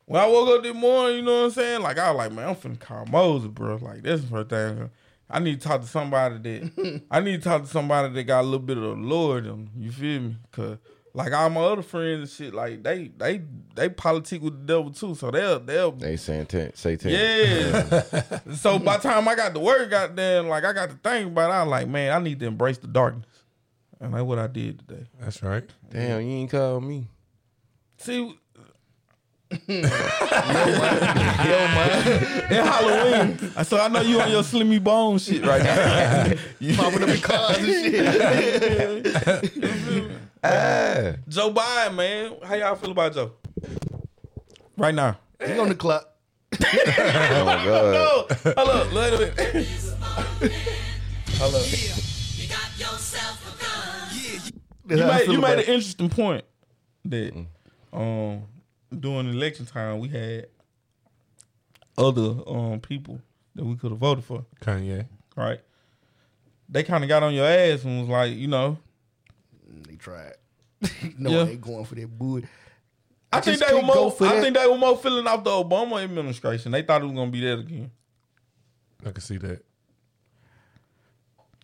when I woke up this morning, you know what I'm saying? Like I was like, man, I'm finna call Moses, bro. Like this is first thing. I need to talk to somebody that I need to talk to somebody that got a little bit of the Lord in 'em, You feel me? Cause like all my other friends and shit, like they they they politic with the devil too. So they'll they'll They saying ten, say ten. yeah. so by the time I got to work, goddamn, like I got to think about. It, I was like, man, I need to embrace the darkness, and that's what I did today. That's right. Damn, you ain't called me. See, in Halloween, I- so I know you on your Slimmy Bone shit right now. Popping up in cars and shit. Ah, Joe Biden, man, how y'all feel about Joe? Right now. he on the clock. oh my god. Oh, hold up, little bit. That's you how I made, feel you made about an it. interesting point that um during election time we had other um people that we could have voted for, Kanye. right? They kind of got on your ass and was like, you know, They tried. no, Yeah. they going for that bull. I, think just they were can't go more. for I that. think they were more feeling off the Obama administration. They thought it was gonna be that again. I can see that.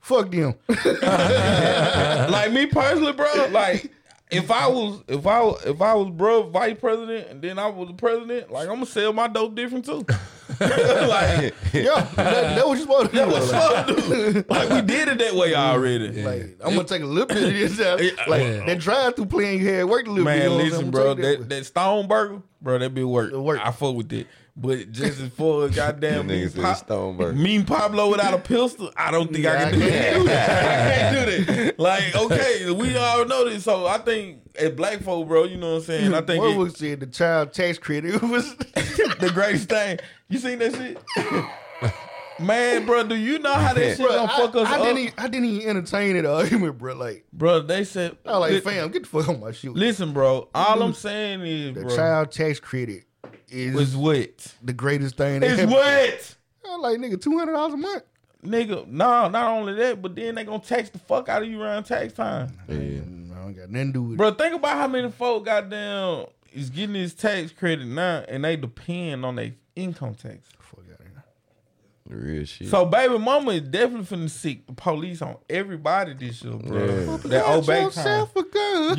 Fuck them. Uh-huh. like me personally, bro. Like if I was if I was- if I was bro vice president and then I was the president, like I'm gonna sell my dope different too. like yeah, that, that what you supposed to do. what's like, up, dude? Like we did it that way already. like, I'm gonna take a little bit of this out. Like Yeah. that drive through plan you had worked a little bit. Man, you know what I'm listen, saying? bro. I'm gonna take That, that Stone Burger, bro, that be work. It work. I fuck with it. But just as far as goddamn mean, Niggas Pop- said Stoneberg. mean Pablo without a pistol, I don't think I Yeah, can I do that. I can't do that. Like, okay, we all know this. So I think at black folk, bro, you know what I'm saying? I think What it- was said the child tax credit was the greatest thing. You seen that shit? Man, bro, do you know how that shit Bro, gonna I, fuck us I up? didn't even, I didn't even entertain it argument, bro. Like bro, they said. I was like, Li- fam, Mm-hmm. get the fuck on my shoe. Listen, bro. All I'm saying is, the bro, child tax credit is is wet. the greatest thing. that It's happened. wet. I'm like nigga, two hundred dollars a month. Nigga, no, not only that, but then they gonna tax the fuck out of you around tax time. Yeah. Mm, I don't got nothing to do with it. Bro, think about how many folk goddamn is getting this tax credit now and they depend on their income tax. Fuck out here. Real shit. So baby mama is definitely finna seek the police on everybody this year, bro. Yeah. That Got old back time. yourself a gun.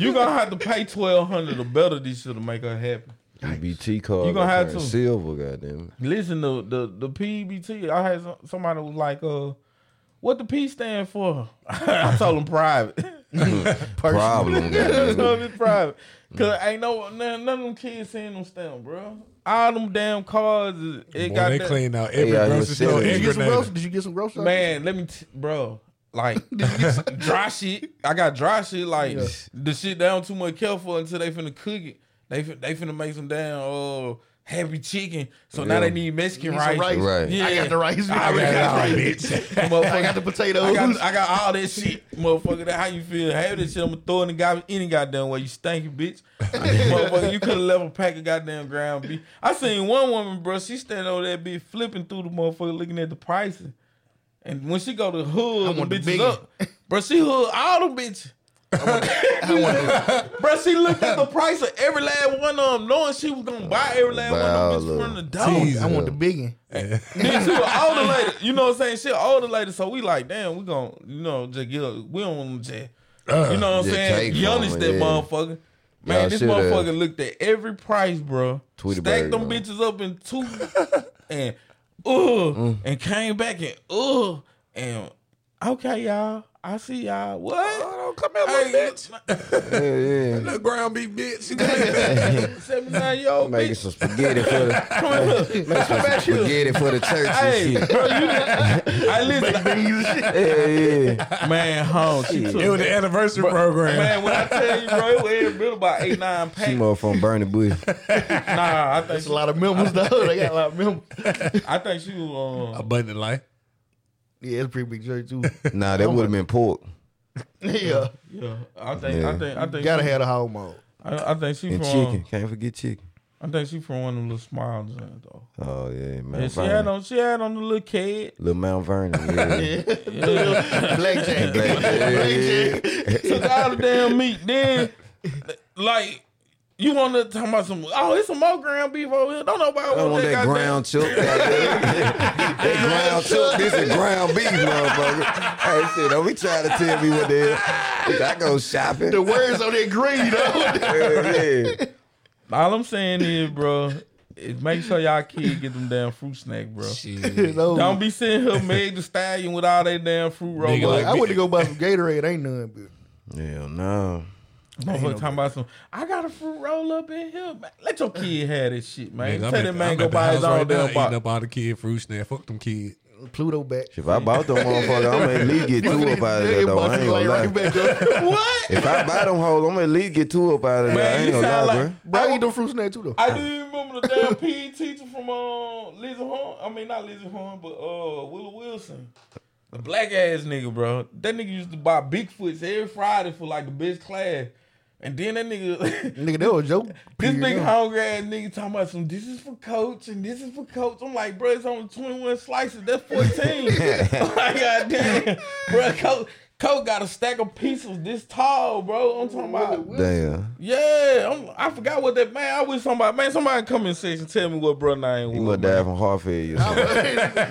You gonna have to pay twelve hundred or better this year to make her happy. EBT card. You gonna have turned to. silver, goddamn. Listen to the the PBT. I had some, somebody was like, "Uh, what the P stand for?" I told him private. Problem, I goddamn. told him private. Mm. Cause ain't no none, none of them kids seeing them stamp, bro. All them damn cars, is- it Boy, got they that- clean out every They out here grocery store. selling. Did you in get some groceries? Grenada. Did you get some groceries? Man, let me, t- bro. Like dry shit. I got dry shit. Like the shit they don't too much care for until they finna cook it. They fin- they finna make some damn uh Happy chicken. So Yeah. now they need Mexican Need rice. some rice. Right. Yeah. I got the rice. I already got the rice, I bitch. got the rice. I got the potatoes. I got, I got all that shit, motherfucker. That how you feel? Have that shit. I'ma throw it in the garbage any goddamn way. You stinky bitch, motherfucker. You could have left a pack of goddamn ground beef. I seen one woman, bro. She standing over that bitch, flipping through the motherfucker, looking at the prices. And when she go to the hood, the bitches up, bro. She hood all the bitches. bro, she looked at the price of every last one of them, knowing she was gonna buy every last one of them bitches from the door. I want the big one. Then she was older lady. You know what I'm saying? She an older lady, so we like, damn, we gonna, you know, just get, a- we don't want to just, you know what I'm Just saying? Uh, take Youngest from that her, yeah. motherfucker. Man, Y'all this shoulda- motherfucker looked at every price, bro. Tweety stacked bird, them man. bitches up in two, and ugh, Mm. and came back and ugh, and okay, y'all, I see y'all. What? Oh, come here, little Yeah, yeah. Look, ground beef bitch. bitch. Seventy nine year old Making some spaghetti for the Come here. make some spaghetti for the church Hey, and shit. bro, you, I listen. Yeah, Man, home. She took It was the anniversary program. Man, when I tell you, bro, it was every bit about eight, nine yeah. She packs. motherfucking Bernie Bush. Nah, I think It's a lot of members though. They got a lot of members. I think she was. Um, Abundant life. Yeah, it's a pretty big church too. Nah, that would have been pork. yeah, yeah, I think, I Yeah. think, I think. gotta she, have the hog mode. I, I think she And from. chicken. Can't forget chicken. I think she from one of them little smiles though. Oh yeah, Mount And she had Vernon. on, she had on the little kid. Little Mount Vernon. Yeah. Black Jack. Black- yeah. took all the damn meat. Then, like, you want to talk about some? Oh, it's some more ground beef over here. Don't nobody I want, want that goddamn- ground chook. that ground chook. This is ground beef, motherfucker. Hey, shit, don't be trying to tell me what the hell. I go shopping. The words on that green though. Hell yeah. All I'm saying is, bro, is make sure y'all kids get them damn fruit snack, bro. It's over. Don't be sitting here made the stallion with all that damn fruit roll Nigga, up. like- I went to go buy some Gatorade. Ain't none. But Hell no. Motherfucker talking about some. I got a fruit roll up in here. Man. Let your kid have this shit, man. Nigga, I'm Tell at that the- man I'm go at the buy his house own right now damn eating box. up all the kid fruit snack. Fuck them kids. Pluto back. If I bought them motherfuckers, I'm gonna at least get two up out of there, though. I ain't gonna lie. what? If I buy them hoes, I'm gonna at least get two up out of there. Man, I you ain't gonna sound lie, like- bro. Bro, I eat them fruit snack too though. I do remember the damn PE teacher from uh, Lizzie Horn. I mean, not Lizzie Horn, but uh, Willow Wilson. The black ass nigga, bro. That nigga used to buy Bigfoots every Friday for like the best class. And then that nigga, Nigga, that was joke. this big Yeah. hungry ass nigga talking about some, this is for coach and this is for coach. I'm like, bro, it's only 21 slices. That's 14. I'm like, God damn. Bro, coach, coach got a stack of pieces this tall, bro. I'm talking about. Damn. Yeah, I'm, I forgot what that man. I wish somebody, man, somebody come in section tell me what bro name was. He must man. die from heart failure. or something.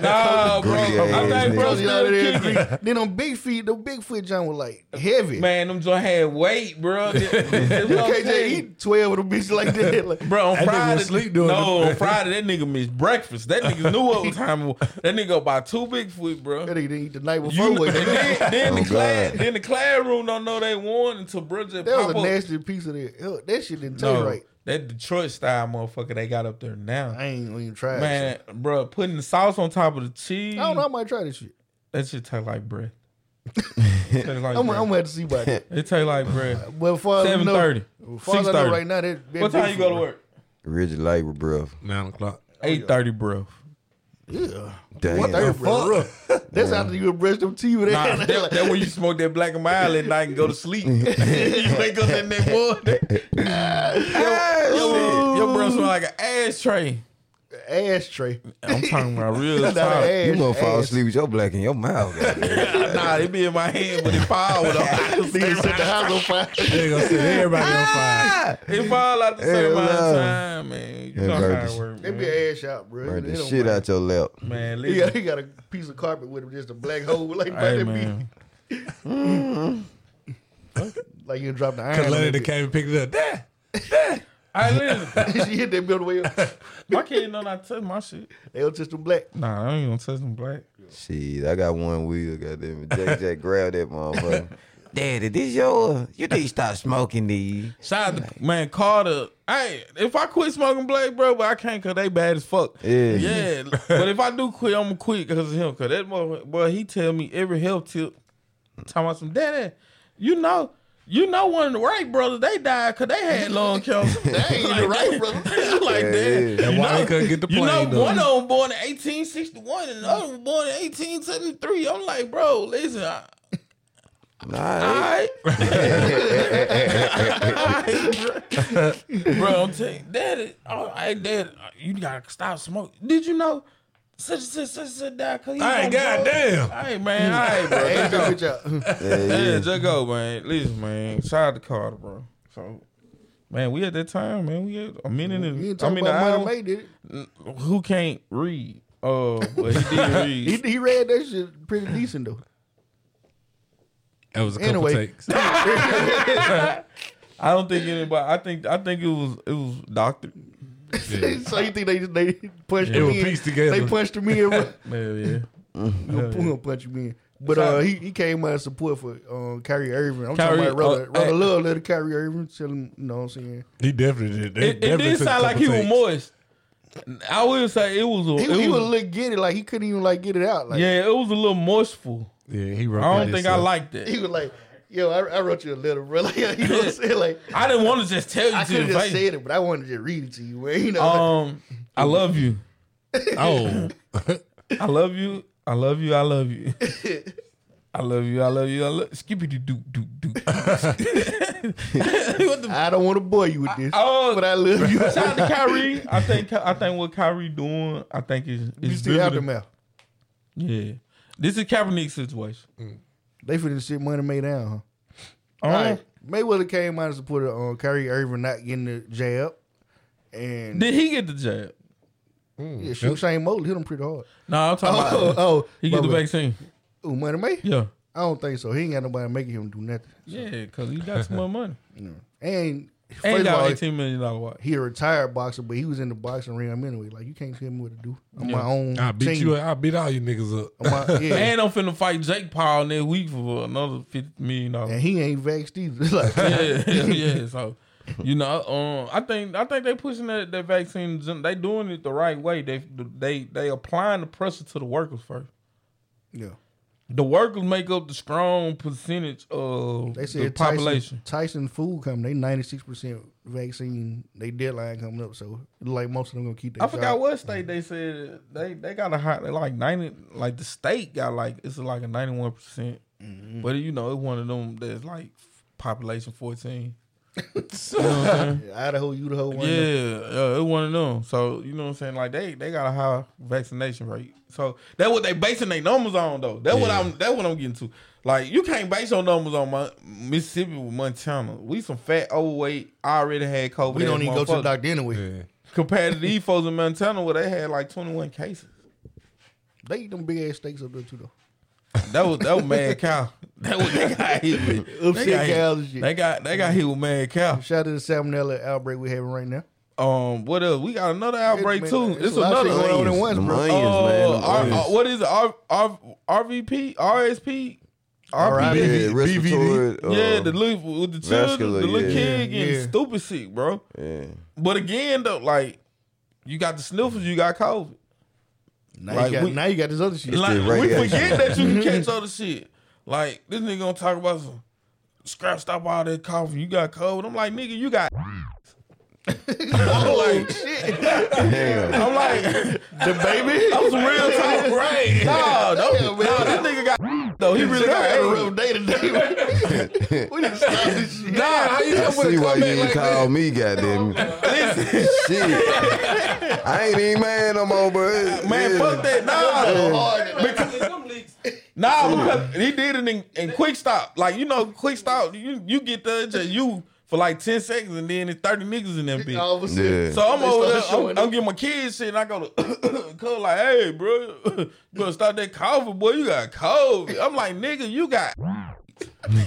Nah, bro. Greasy ass I think nigga. bro Those out of still there kicking. green. Then them big feet, them big foot John was like heavy. Man, them joint had weight, bro. This- this what I'm KJ saying. eat twelve of them bitches like that. Like, Bro, on That nigga was Friday, asleep doing no, it. on Friday that nigga missed breakfast. That nigga knew what time. it was. That nigga buy two Bigfoot, bro. that nigga didn't eat the night before. You, with and it. then, then Oh, the class, God. then the classroom don't know they won until bro just That pop was a up. nasty piece of that. Hell, That shit didn't taste no, right. that Detroit style motherfucker they got up there now. I ain't even tried. Man, bro, putting the sauce on top of the cheese. I don't know. I might try this shit. That shit taste like bread. Taste like I'm, bread. I'm gonna have to see about that. it taste like bread. But far as I know- 7:30, far as I know 6:30. right now, that, that What time you big go to foot- work? Rigid labor, bro. Nine o'clock. Oh, Eight thirty, bro. Damn. What the fuck? That's after you brush them teeth with Nah, that. that, that when you smoke that black and mild at night and go to sleep. you wake up that next morning. Your, your breath smell like an ashtray. ashtray. I'm talking about real Not an talk. ash, You gonna fall ass. asleep with your black in your mouth. goddamn. Nah, it be in my hand, but it fall with all. Nigga set the house on fire. They gonna set everybody on fire. Ah! It fall out the same Hell amount no. of time, man. You Yeah, know how it Burgess. work, It be man. an ass shot, bro. Burn It the don't shit matter. out your lap. Man, He got, listen. he got a piece of carpet with him, just a black hole. Like, Hey, that man. be, like you drop the iron. Cause on Lenny that came and picked it up. Dad, I listen. bitch. she hit that building way up. My kid know not to touch my shit. They don't touch them black. Nah, I ain't gonna touch them black. Shit, I got one wheel, goddamn it. Jack Jack grabbed that motherfucker. Daddy, this yours. You need to stop smoking these. Shout out to man Carter. Hey, if I quit smoking black, bro, but I can't cause they bad as fuck. Yeah. Yeah. but if I do quit, I'm gonna quit because of him. Cause that motherfucker, boy, he tell me every health tip. Talking about some daddy. You know, You know, one of the Wright brothers, they died because they had lung cancer. They ain't the Wright brothers. like Yeah, that. yeah. And You why they know- couldn't get the You know, plane done. one of them born in 1861 and the other one born in 1873. I'm like, bro, listen, I, Nah, bro, I'm telling you, daddy, oh, hey, daddy, you gotta stop smoking. Did you know such and such such and such died? Cause he was Hey, on drugs? goddamn. Hey, man, all right, bro. Hey, uh, Just go. good job. Yeah, just go, man. Listen, man. Shout out to Carter, bro. So, man, we at that time, man. We at a minute You ain't and I talking mean, about an Money May, hour. did it? Who can't read? Oh, well, he did read. He, he read that shit pretty decent though. That was a couple Anyway, takes. I don't think anybody. I think I think it was it was doctor. so you think they they punched They him were in? pieced together. They punched him in. bro. Hell yeah. I'm gonna punch him in. But uh, he, he came out of support for um, Kyrie Irving. I'm Kyrie, talking about rather, uh, rather hey. love little Kyrie Irving. Tell him, you know what I'm saying? He definitely did. They It, it definitely did took a sound like he couple was takes. moist. I will say it was. A, He, it was- he was- was look giddy, like he couldn't even like get it out. Like yeah, it was a little moistful. Yeah, he. I rocked don't that think I stuff. liked it. he was like, "Yo, I, I wrote you a letter, bro." Like, you know what I'm saying? Like I didn't want to just tell you I to could have your just face. said it, but I wanted to just read it to you, man. You know, Um, I love you. Oh, I love you. I love you. I love you. I love you. I love you. I love. Skippity doo doo doo. what the? I don't want to bore you with this, Oh, but I love you. shout out to Kyrie. I think I think what Kyrie doing. I think is you is still bigger out the than- mouth. Yeah, this is Kaepernick's situation. They finna shit money made down, huh? Um, All right. Mayweather came out and supported on Kyrie Irving not getting the jab, and Did he get the jab? yeah, shoot Shane Mosley hit him pretty hard. No, I'm talking Oh, about. oh, he get the my bad. vaccine. Ooh, money made? Yeah, I don't think so. He ain't got nobody making him do nothing. yeah, because he got some more money. And first Ain't of got all, eighteen million dollar watch. he a retired boxer, but he was in the boxing ring anyway. Like you can't tell me what to do. I'm Yeah. my own. I beat team. you. I beat all you niggas up. I'm my- yeah. And I'm finna fight Jake Paul next week for another fifty million dollars. and he ain't vaxxed either. Like, yeah, yeah, yeah. So, you know, um, I think I think they pushing that, that vaccine. They doing it the right way. They they they applying the pressure to the workers first. yeah. The workers make up the strong percentage of They the said population. Tyson, Tyson Food Company, they ninety six percent vaccine. They deadline coming up, so it look like most of them gonna keep. Their I forgot job. what state they said they they got a high they like ninety like the state got like it's like a ninety one percent, Mm-hmm. but you know it's one of them that's like population fourteen. You know what I'm saying? Yeah, Idaho, Utah, one. Yeah. Yeah, yeah, it one of them. So you know what I'm saying? Like they they got a high vaccination rate. So that what they basing their numbers on though. That what I'm that what I'm getting to. Like you can't base your numbers on my Mississippi with Montana. We some fat overweight already had COVID. We don't even go to the motherfuckers. doctor anyway. compared to these folks in Montana where they had like 21 cases. They eat them big ass steaks up there too, though. That was that was mad cow. That was they got hit with. Upset they got cows and hit, shit. they got they got hit with mad cow. Shout out to the salmonella outbreak we having right now. Um, what else? We got another outbreak man, too. it's It's a lot of another shit going on one. in once, onions, them bro. onions, Oh, man. them R- onions. R- what is it? R- R- RVP, RSP, Yeah, RVP. respiratory, Yeah, uh, the little with the children, vascular, the little yeah. kid getting Yeah. stupid sick, bro. yeah. But again, though, like you got the sniffles, you got COVID. Now, Like, you got, we- now you got this other shit. Like, the we radiation. forget that you can catch other shit. Like this nigga gonna talk about some scratch stop all that coughing. You got cold. I'm like nigga, you got. I'm like Damn. I'm like the baby. That was real talk, right? No, no, no, this nigga got. Though he really I had a got. rough day today. man. we didn't stop this shit. Nah, how you I come with see a why you comeback didn't like call me, goddamn it. Shit. I ain't even mad no more, but Man, yeah. fuck that. Nah. Hard. Nah, because he did it in, in quick stop. Like, you know, quick stop, you, you get the just you for like 10 seconds and then it's 30 niggas in that All bitch. of a sudden, Yeah. So I'm They over started there, showing I'm, I'm getting my kids shit and I go to cuz like, hey, bro, you gonna stop that coughing, boy, you got COVID. I'm like, nigga, you got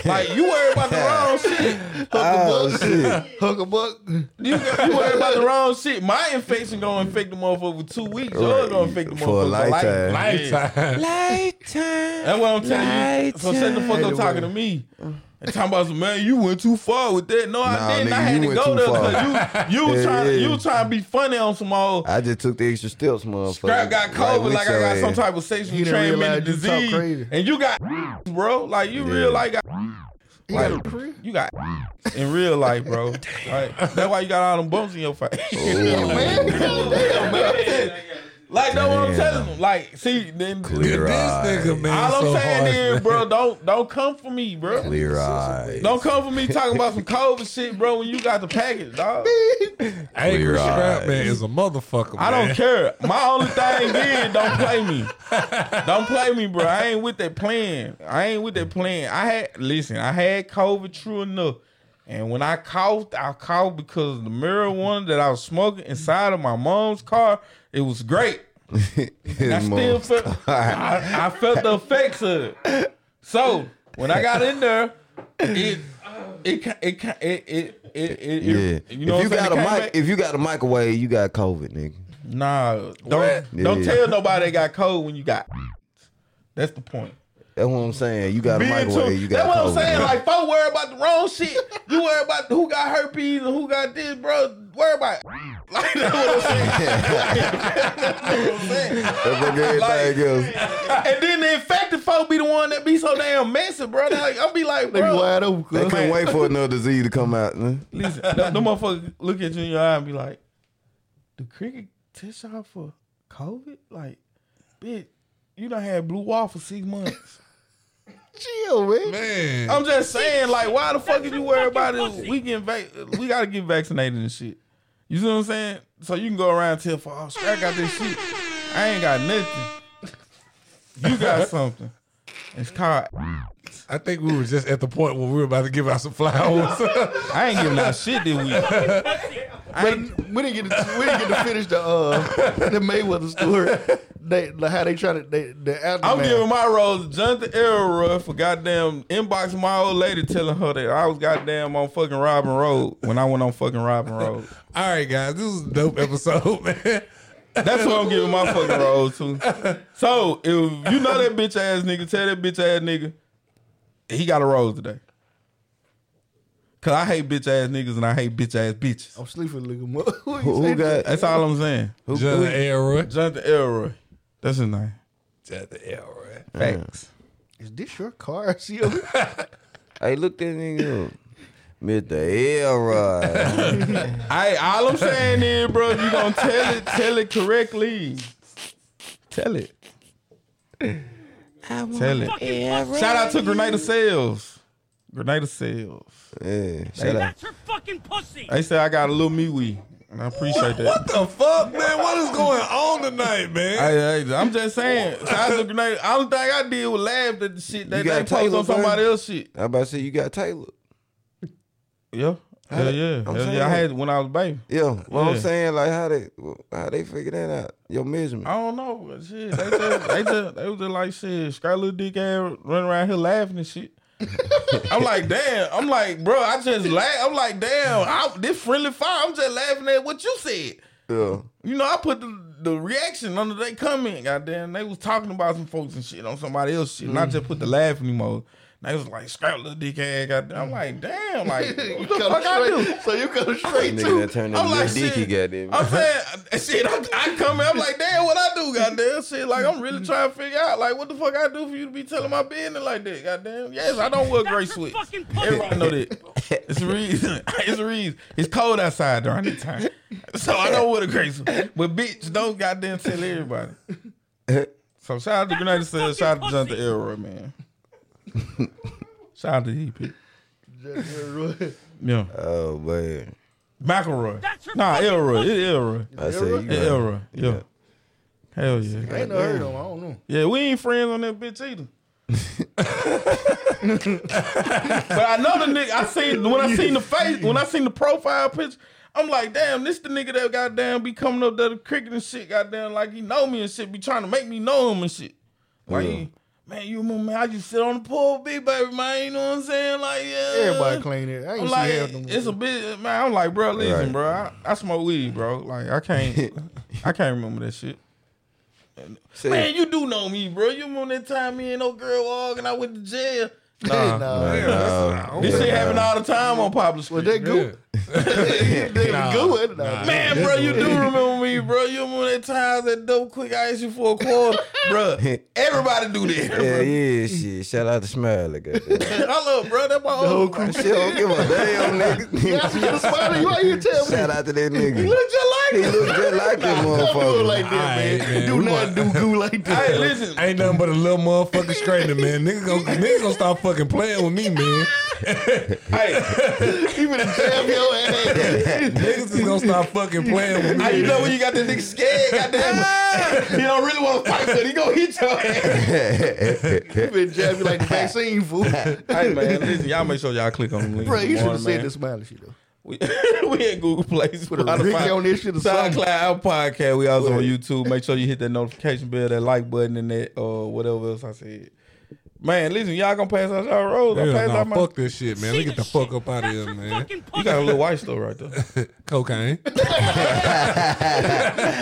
like you worry about the wrong shit. oh, shit. hook a buck. You, got, you worry about the wrong shit. My infection gonna infect the motherfucker for two weeks. Yours gonna infect the motherfucker For a lifetime. Life, Lifetime. That's what I'm telling you. So shut the fuck up Ain't talking to me. And talking about some man, you went too far with that. No, Nah, I didn't. I nigga, had you to went go too there far. because you you was Yeah, trying to yeah. you was trying to be funny on some old I just took the extra steps, motherfucker. Scrap got COVID we like, I tell got you. some type of sexually You didn't transmitted realize you talk disease, crazy. and you got bro. Like you real like got He got a career? You got in real life, bro. Like, that's why you got all them bumps in your face. Like that's what I'm telling them. Like, see, then Clear This eyes. nigga, man, All I'm so saying harsh, is, man. bro, don't don't come for me, bro. Clear eyes. Don't come for me talking about some COVID shit, bro. When you got the package, dog. Angry Clear strap eyes. man is a motherfucker. I man. don't care. My only thing is don't play me. Don't play me, bro. I ain't with that plan. I ain't with that plan. I had listen, I had COVID true enough. And when I coughed, I coughed because the marijuana that I was smoking inside of my mom's car, it was great. And I still mom's felt I, I felt the effects of it. So when I got in there, it it ca- it ca- it it it, it, Yeah. it you know if you what I'm saying? got a It mic, came back- if you got a microwave, you got COVID, nigga. Nah, don't don't Yeah. tell nobody they got cold when you got. That's the point. That's what I'm saying. You got a Being too- microwave, you that's got what COVID. I'm saying. nigga. Like, folks worry about the wrong shit. You worry about who got herpes and who got this, bro. Worry about. Like that's what I'm saying. That's what everything else. and then the infected folk be the one that be so damn messy, bro. They Like I'll be like, They be bro, wide open. They Man, couldn't wait for another disease to come out. Man. Listen, the, the motherfucker look at you in your eye and be like, "Do cricket test y'all for COVID? Like, bitch, you done had blue wall for six months." Chill, man. man. I'm just saying, like, why the fuck is you worried about it? We get vac- we gotta get vaccinated and shit. You see what I'm saying? So you can go around and tell, for, "Oh, shit, I got this shit. I ain't got nothing. You got something. It's called." I think we were just at the point where we were about to give out some flowers. I ain't giving out shit this week. But we didn't get to, we didn't get to finish the uh, the Mayweather story. They like how they try to they the I'm aftermath. giving my rose to Jonathan Elroy for goddamn inboxing my old lady telling her that I was goddamn on fucking Robin Road when I went on fucking Robin Road. All right, guys, this is a dope episode, man. That's what I'm giving my fucking rose to. So if you know that bitch ass nigga, tell that bitch ass nigga he got a rose today. Cause I hate bitch ass niggas and I hate bitch ass bitches. I'm sleeping looking up. Who, Who- who got- That's all I'm saying. Jonathan Elroy. Jonathan Elroy. That's his name. Jonathan Elroy. Facts. Is this your car? I see him. Hey, look that nigga up. Mr. Elrod. I all I'm saying is, bro, you gonna tell it, tell it correctly. Tell it. Tell it. Shout out to Grenada Sales. Grenada Sales. yeah, shout out. That's her fucking pussy. They said I got a little me wee, and I appreciate that. What the fuck, man? What is going on tonight, man? Hey, hey, I'm just saying. Shout out to Grenada. Only thing I did was laugh at the shit that You they got post Taylor, on somebody bro? else shit. I about to say you got Taylor. Yeah. Hell yeah. I'm Hell saying yeah. I that. had it when I was a baby. Yeah, what I'm Yeah. saying, like how they how they figure that out? Your measurement. I don't know. but Shit, they just, they just, they was just like shit. Scry little dick ass running around here laughing and shit. I'm like, damn. I'm like, bro. I just laugh. I'm like, damn. I, this friendly fire. I'm just laughing at what you said. Yeah. You know, I put the, the reaction under their comment. Goddamn, they was talking about some folks and shit on somebody else shit. And I just put the laughing emoji. And they was like, scrap little dick ass. Goddamn. I'm like, damn. Like, what You the come fuck I do? straight- So you come That straight nigga to that turned I'm into like, like, Dicky, goddamn. I'm saying uh, shit. I, I come in. I'm like, damn, what I do, goddamn shit. Like I'm really trying to figure out, like, what the fuck I do for you to be telling my business like that, goddamn. Yes, I don't wear gray sweats. Everybody know that. It's a reason. It's a reason. It's cold outside during that time, so I don't wear the gray sweat. But bitch, don't goddamn tell everybody. So shout out to United States. Shout out to Jonathan Elroy, man. shout out to EP. Yeah, oh man, McElroy. That's her Nah, fucking Elroy. pussy. It's Elroy. I say you. Yeah, Got, Elroy. Yeah. Hell I yeah. ain't never heard of him. I don't know. Yeah, we ain't friends on that bitch either. but I know the nigga. I seen when I seen the face, when I seen the profile picture, I'm like, damn, this the nigga that goddamn be coming up there to cricket and shit, goddamn, like he know me and shit, be trying to make me know him and shit. Like, Yeah. he- man, you remember man, I just sit on the pole, big baby, man. You know what I'm saying? Like, yeah, Everybody claim it. I ain't I'm see like, half them. it's a bit, man. I'm like, bro, listen, Right. bro. I, I smoke weed, bro. Like, I can't, I can't remember that shit. say, Man, you do know me, bro. You remember that time me and no girl walk and I went to jail Nah, This shit happen all the time on Poplar Street. Was that good? Nah. good. Nah. Man, bro, you do remember me, bro. You remember that times that dope quick I asked you for a quarter, bro. Everybody do that. bro. Yeah, yeah, shit. Shout out to Smile. Nigga. I love, bro. That's my old crew. Shit, don't give a damn, That's nigga. just funny. You out here telling me. Shout out to that nigga. Look just He like look just like that Do it motherfucker. like that, man. Do we not do goo like that. Hey, listen. Ain't nothing but a little motherfucking straightener, man. Nigga gonna, nigga gonna stop fucking playing with me, man. Hey, Even if jab your ass. Niggas is gonna stop fucking playing with me. how you know when you got this nigga scared? Goddamn, he don't really want to fight, so he gonna hit your ass. You been jab you like the vaccine, fool. Hey man, listen, y'all make sure y'all click on the link. Bro, you should Warner, have man. said the smiley shit, though. We, we at Google Play, Put a Ricky Spotify, on this shit or something. SoundCloud, our podcast. We also on YouTube. Make sure you hit that notification bell, that like button, and that uh whatever else I said. Man, listen, y'all gonna pass out y'all rolls. I'm Yeah, passing nah, out my. fuck this shit, man. Let me get the fuck up out of here, man. You got a little white stuff right there. Cocaine.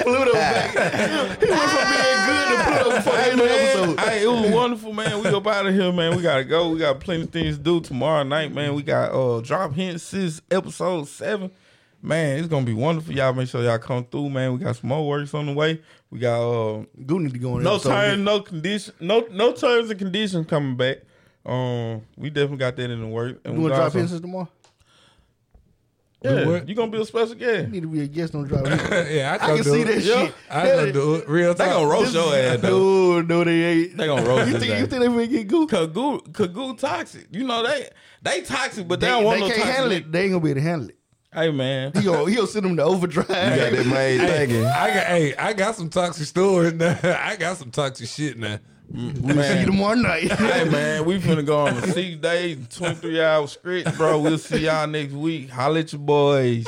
Pluto back. He went from being good to Pluto before Hey every man, episode. hey, it was wonderful, man. We up out of here, man. We gotta go. We got plenty of things to do tomorrow night, man. We got uh drop hints sis episode seven. Man, it's gonna be wonderful. Y'all make sure y'all come through, man. We got some more works on the way. We got uh Goo need to go on no episode. terms, no condition, no no terms and conditions coming back. Um, we definitely got that in the work. And You we want to drop also- hints tomorrow? Do Yeah, what? you gonna be a special guest. You need to be a guest on drop hints. Yeah, I, I go can do see it. that Yeah. shit. I gonna do it real They time. gonna roast your ass though. No, no, they ain't. They gonna roast you his think, ass. you think they finna get Goo? Kagoo, Kagoo toxic. You know they they toxic, but they, don't want they no can't toxic. handle it. They ain't gonna be able to handle it. Hey man, He gonna, he gonna send them to overdrive. You got that made thinking. I got hey, I got some toxic stories now. I got some toxic shit now. See you man. tomorrow night. Hey man, we finna go on a six days, twenty three hour script, bro. We'll see y'all next week. Holla at your boys.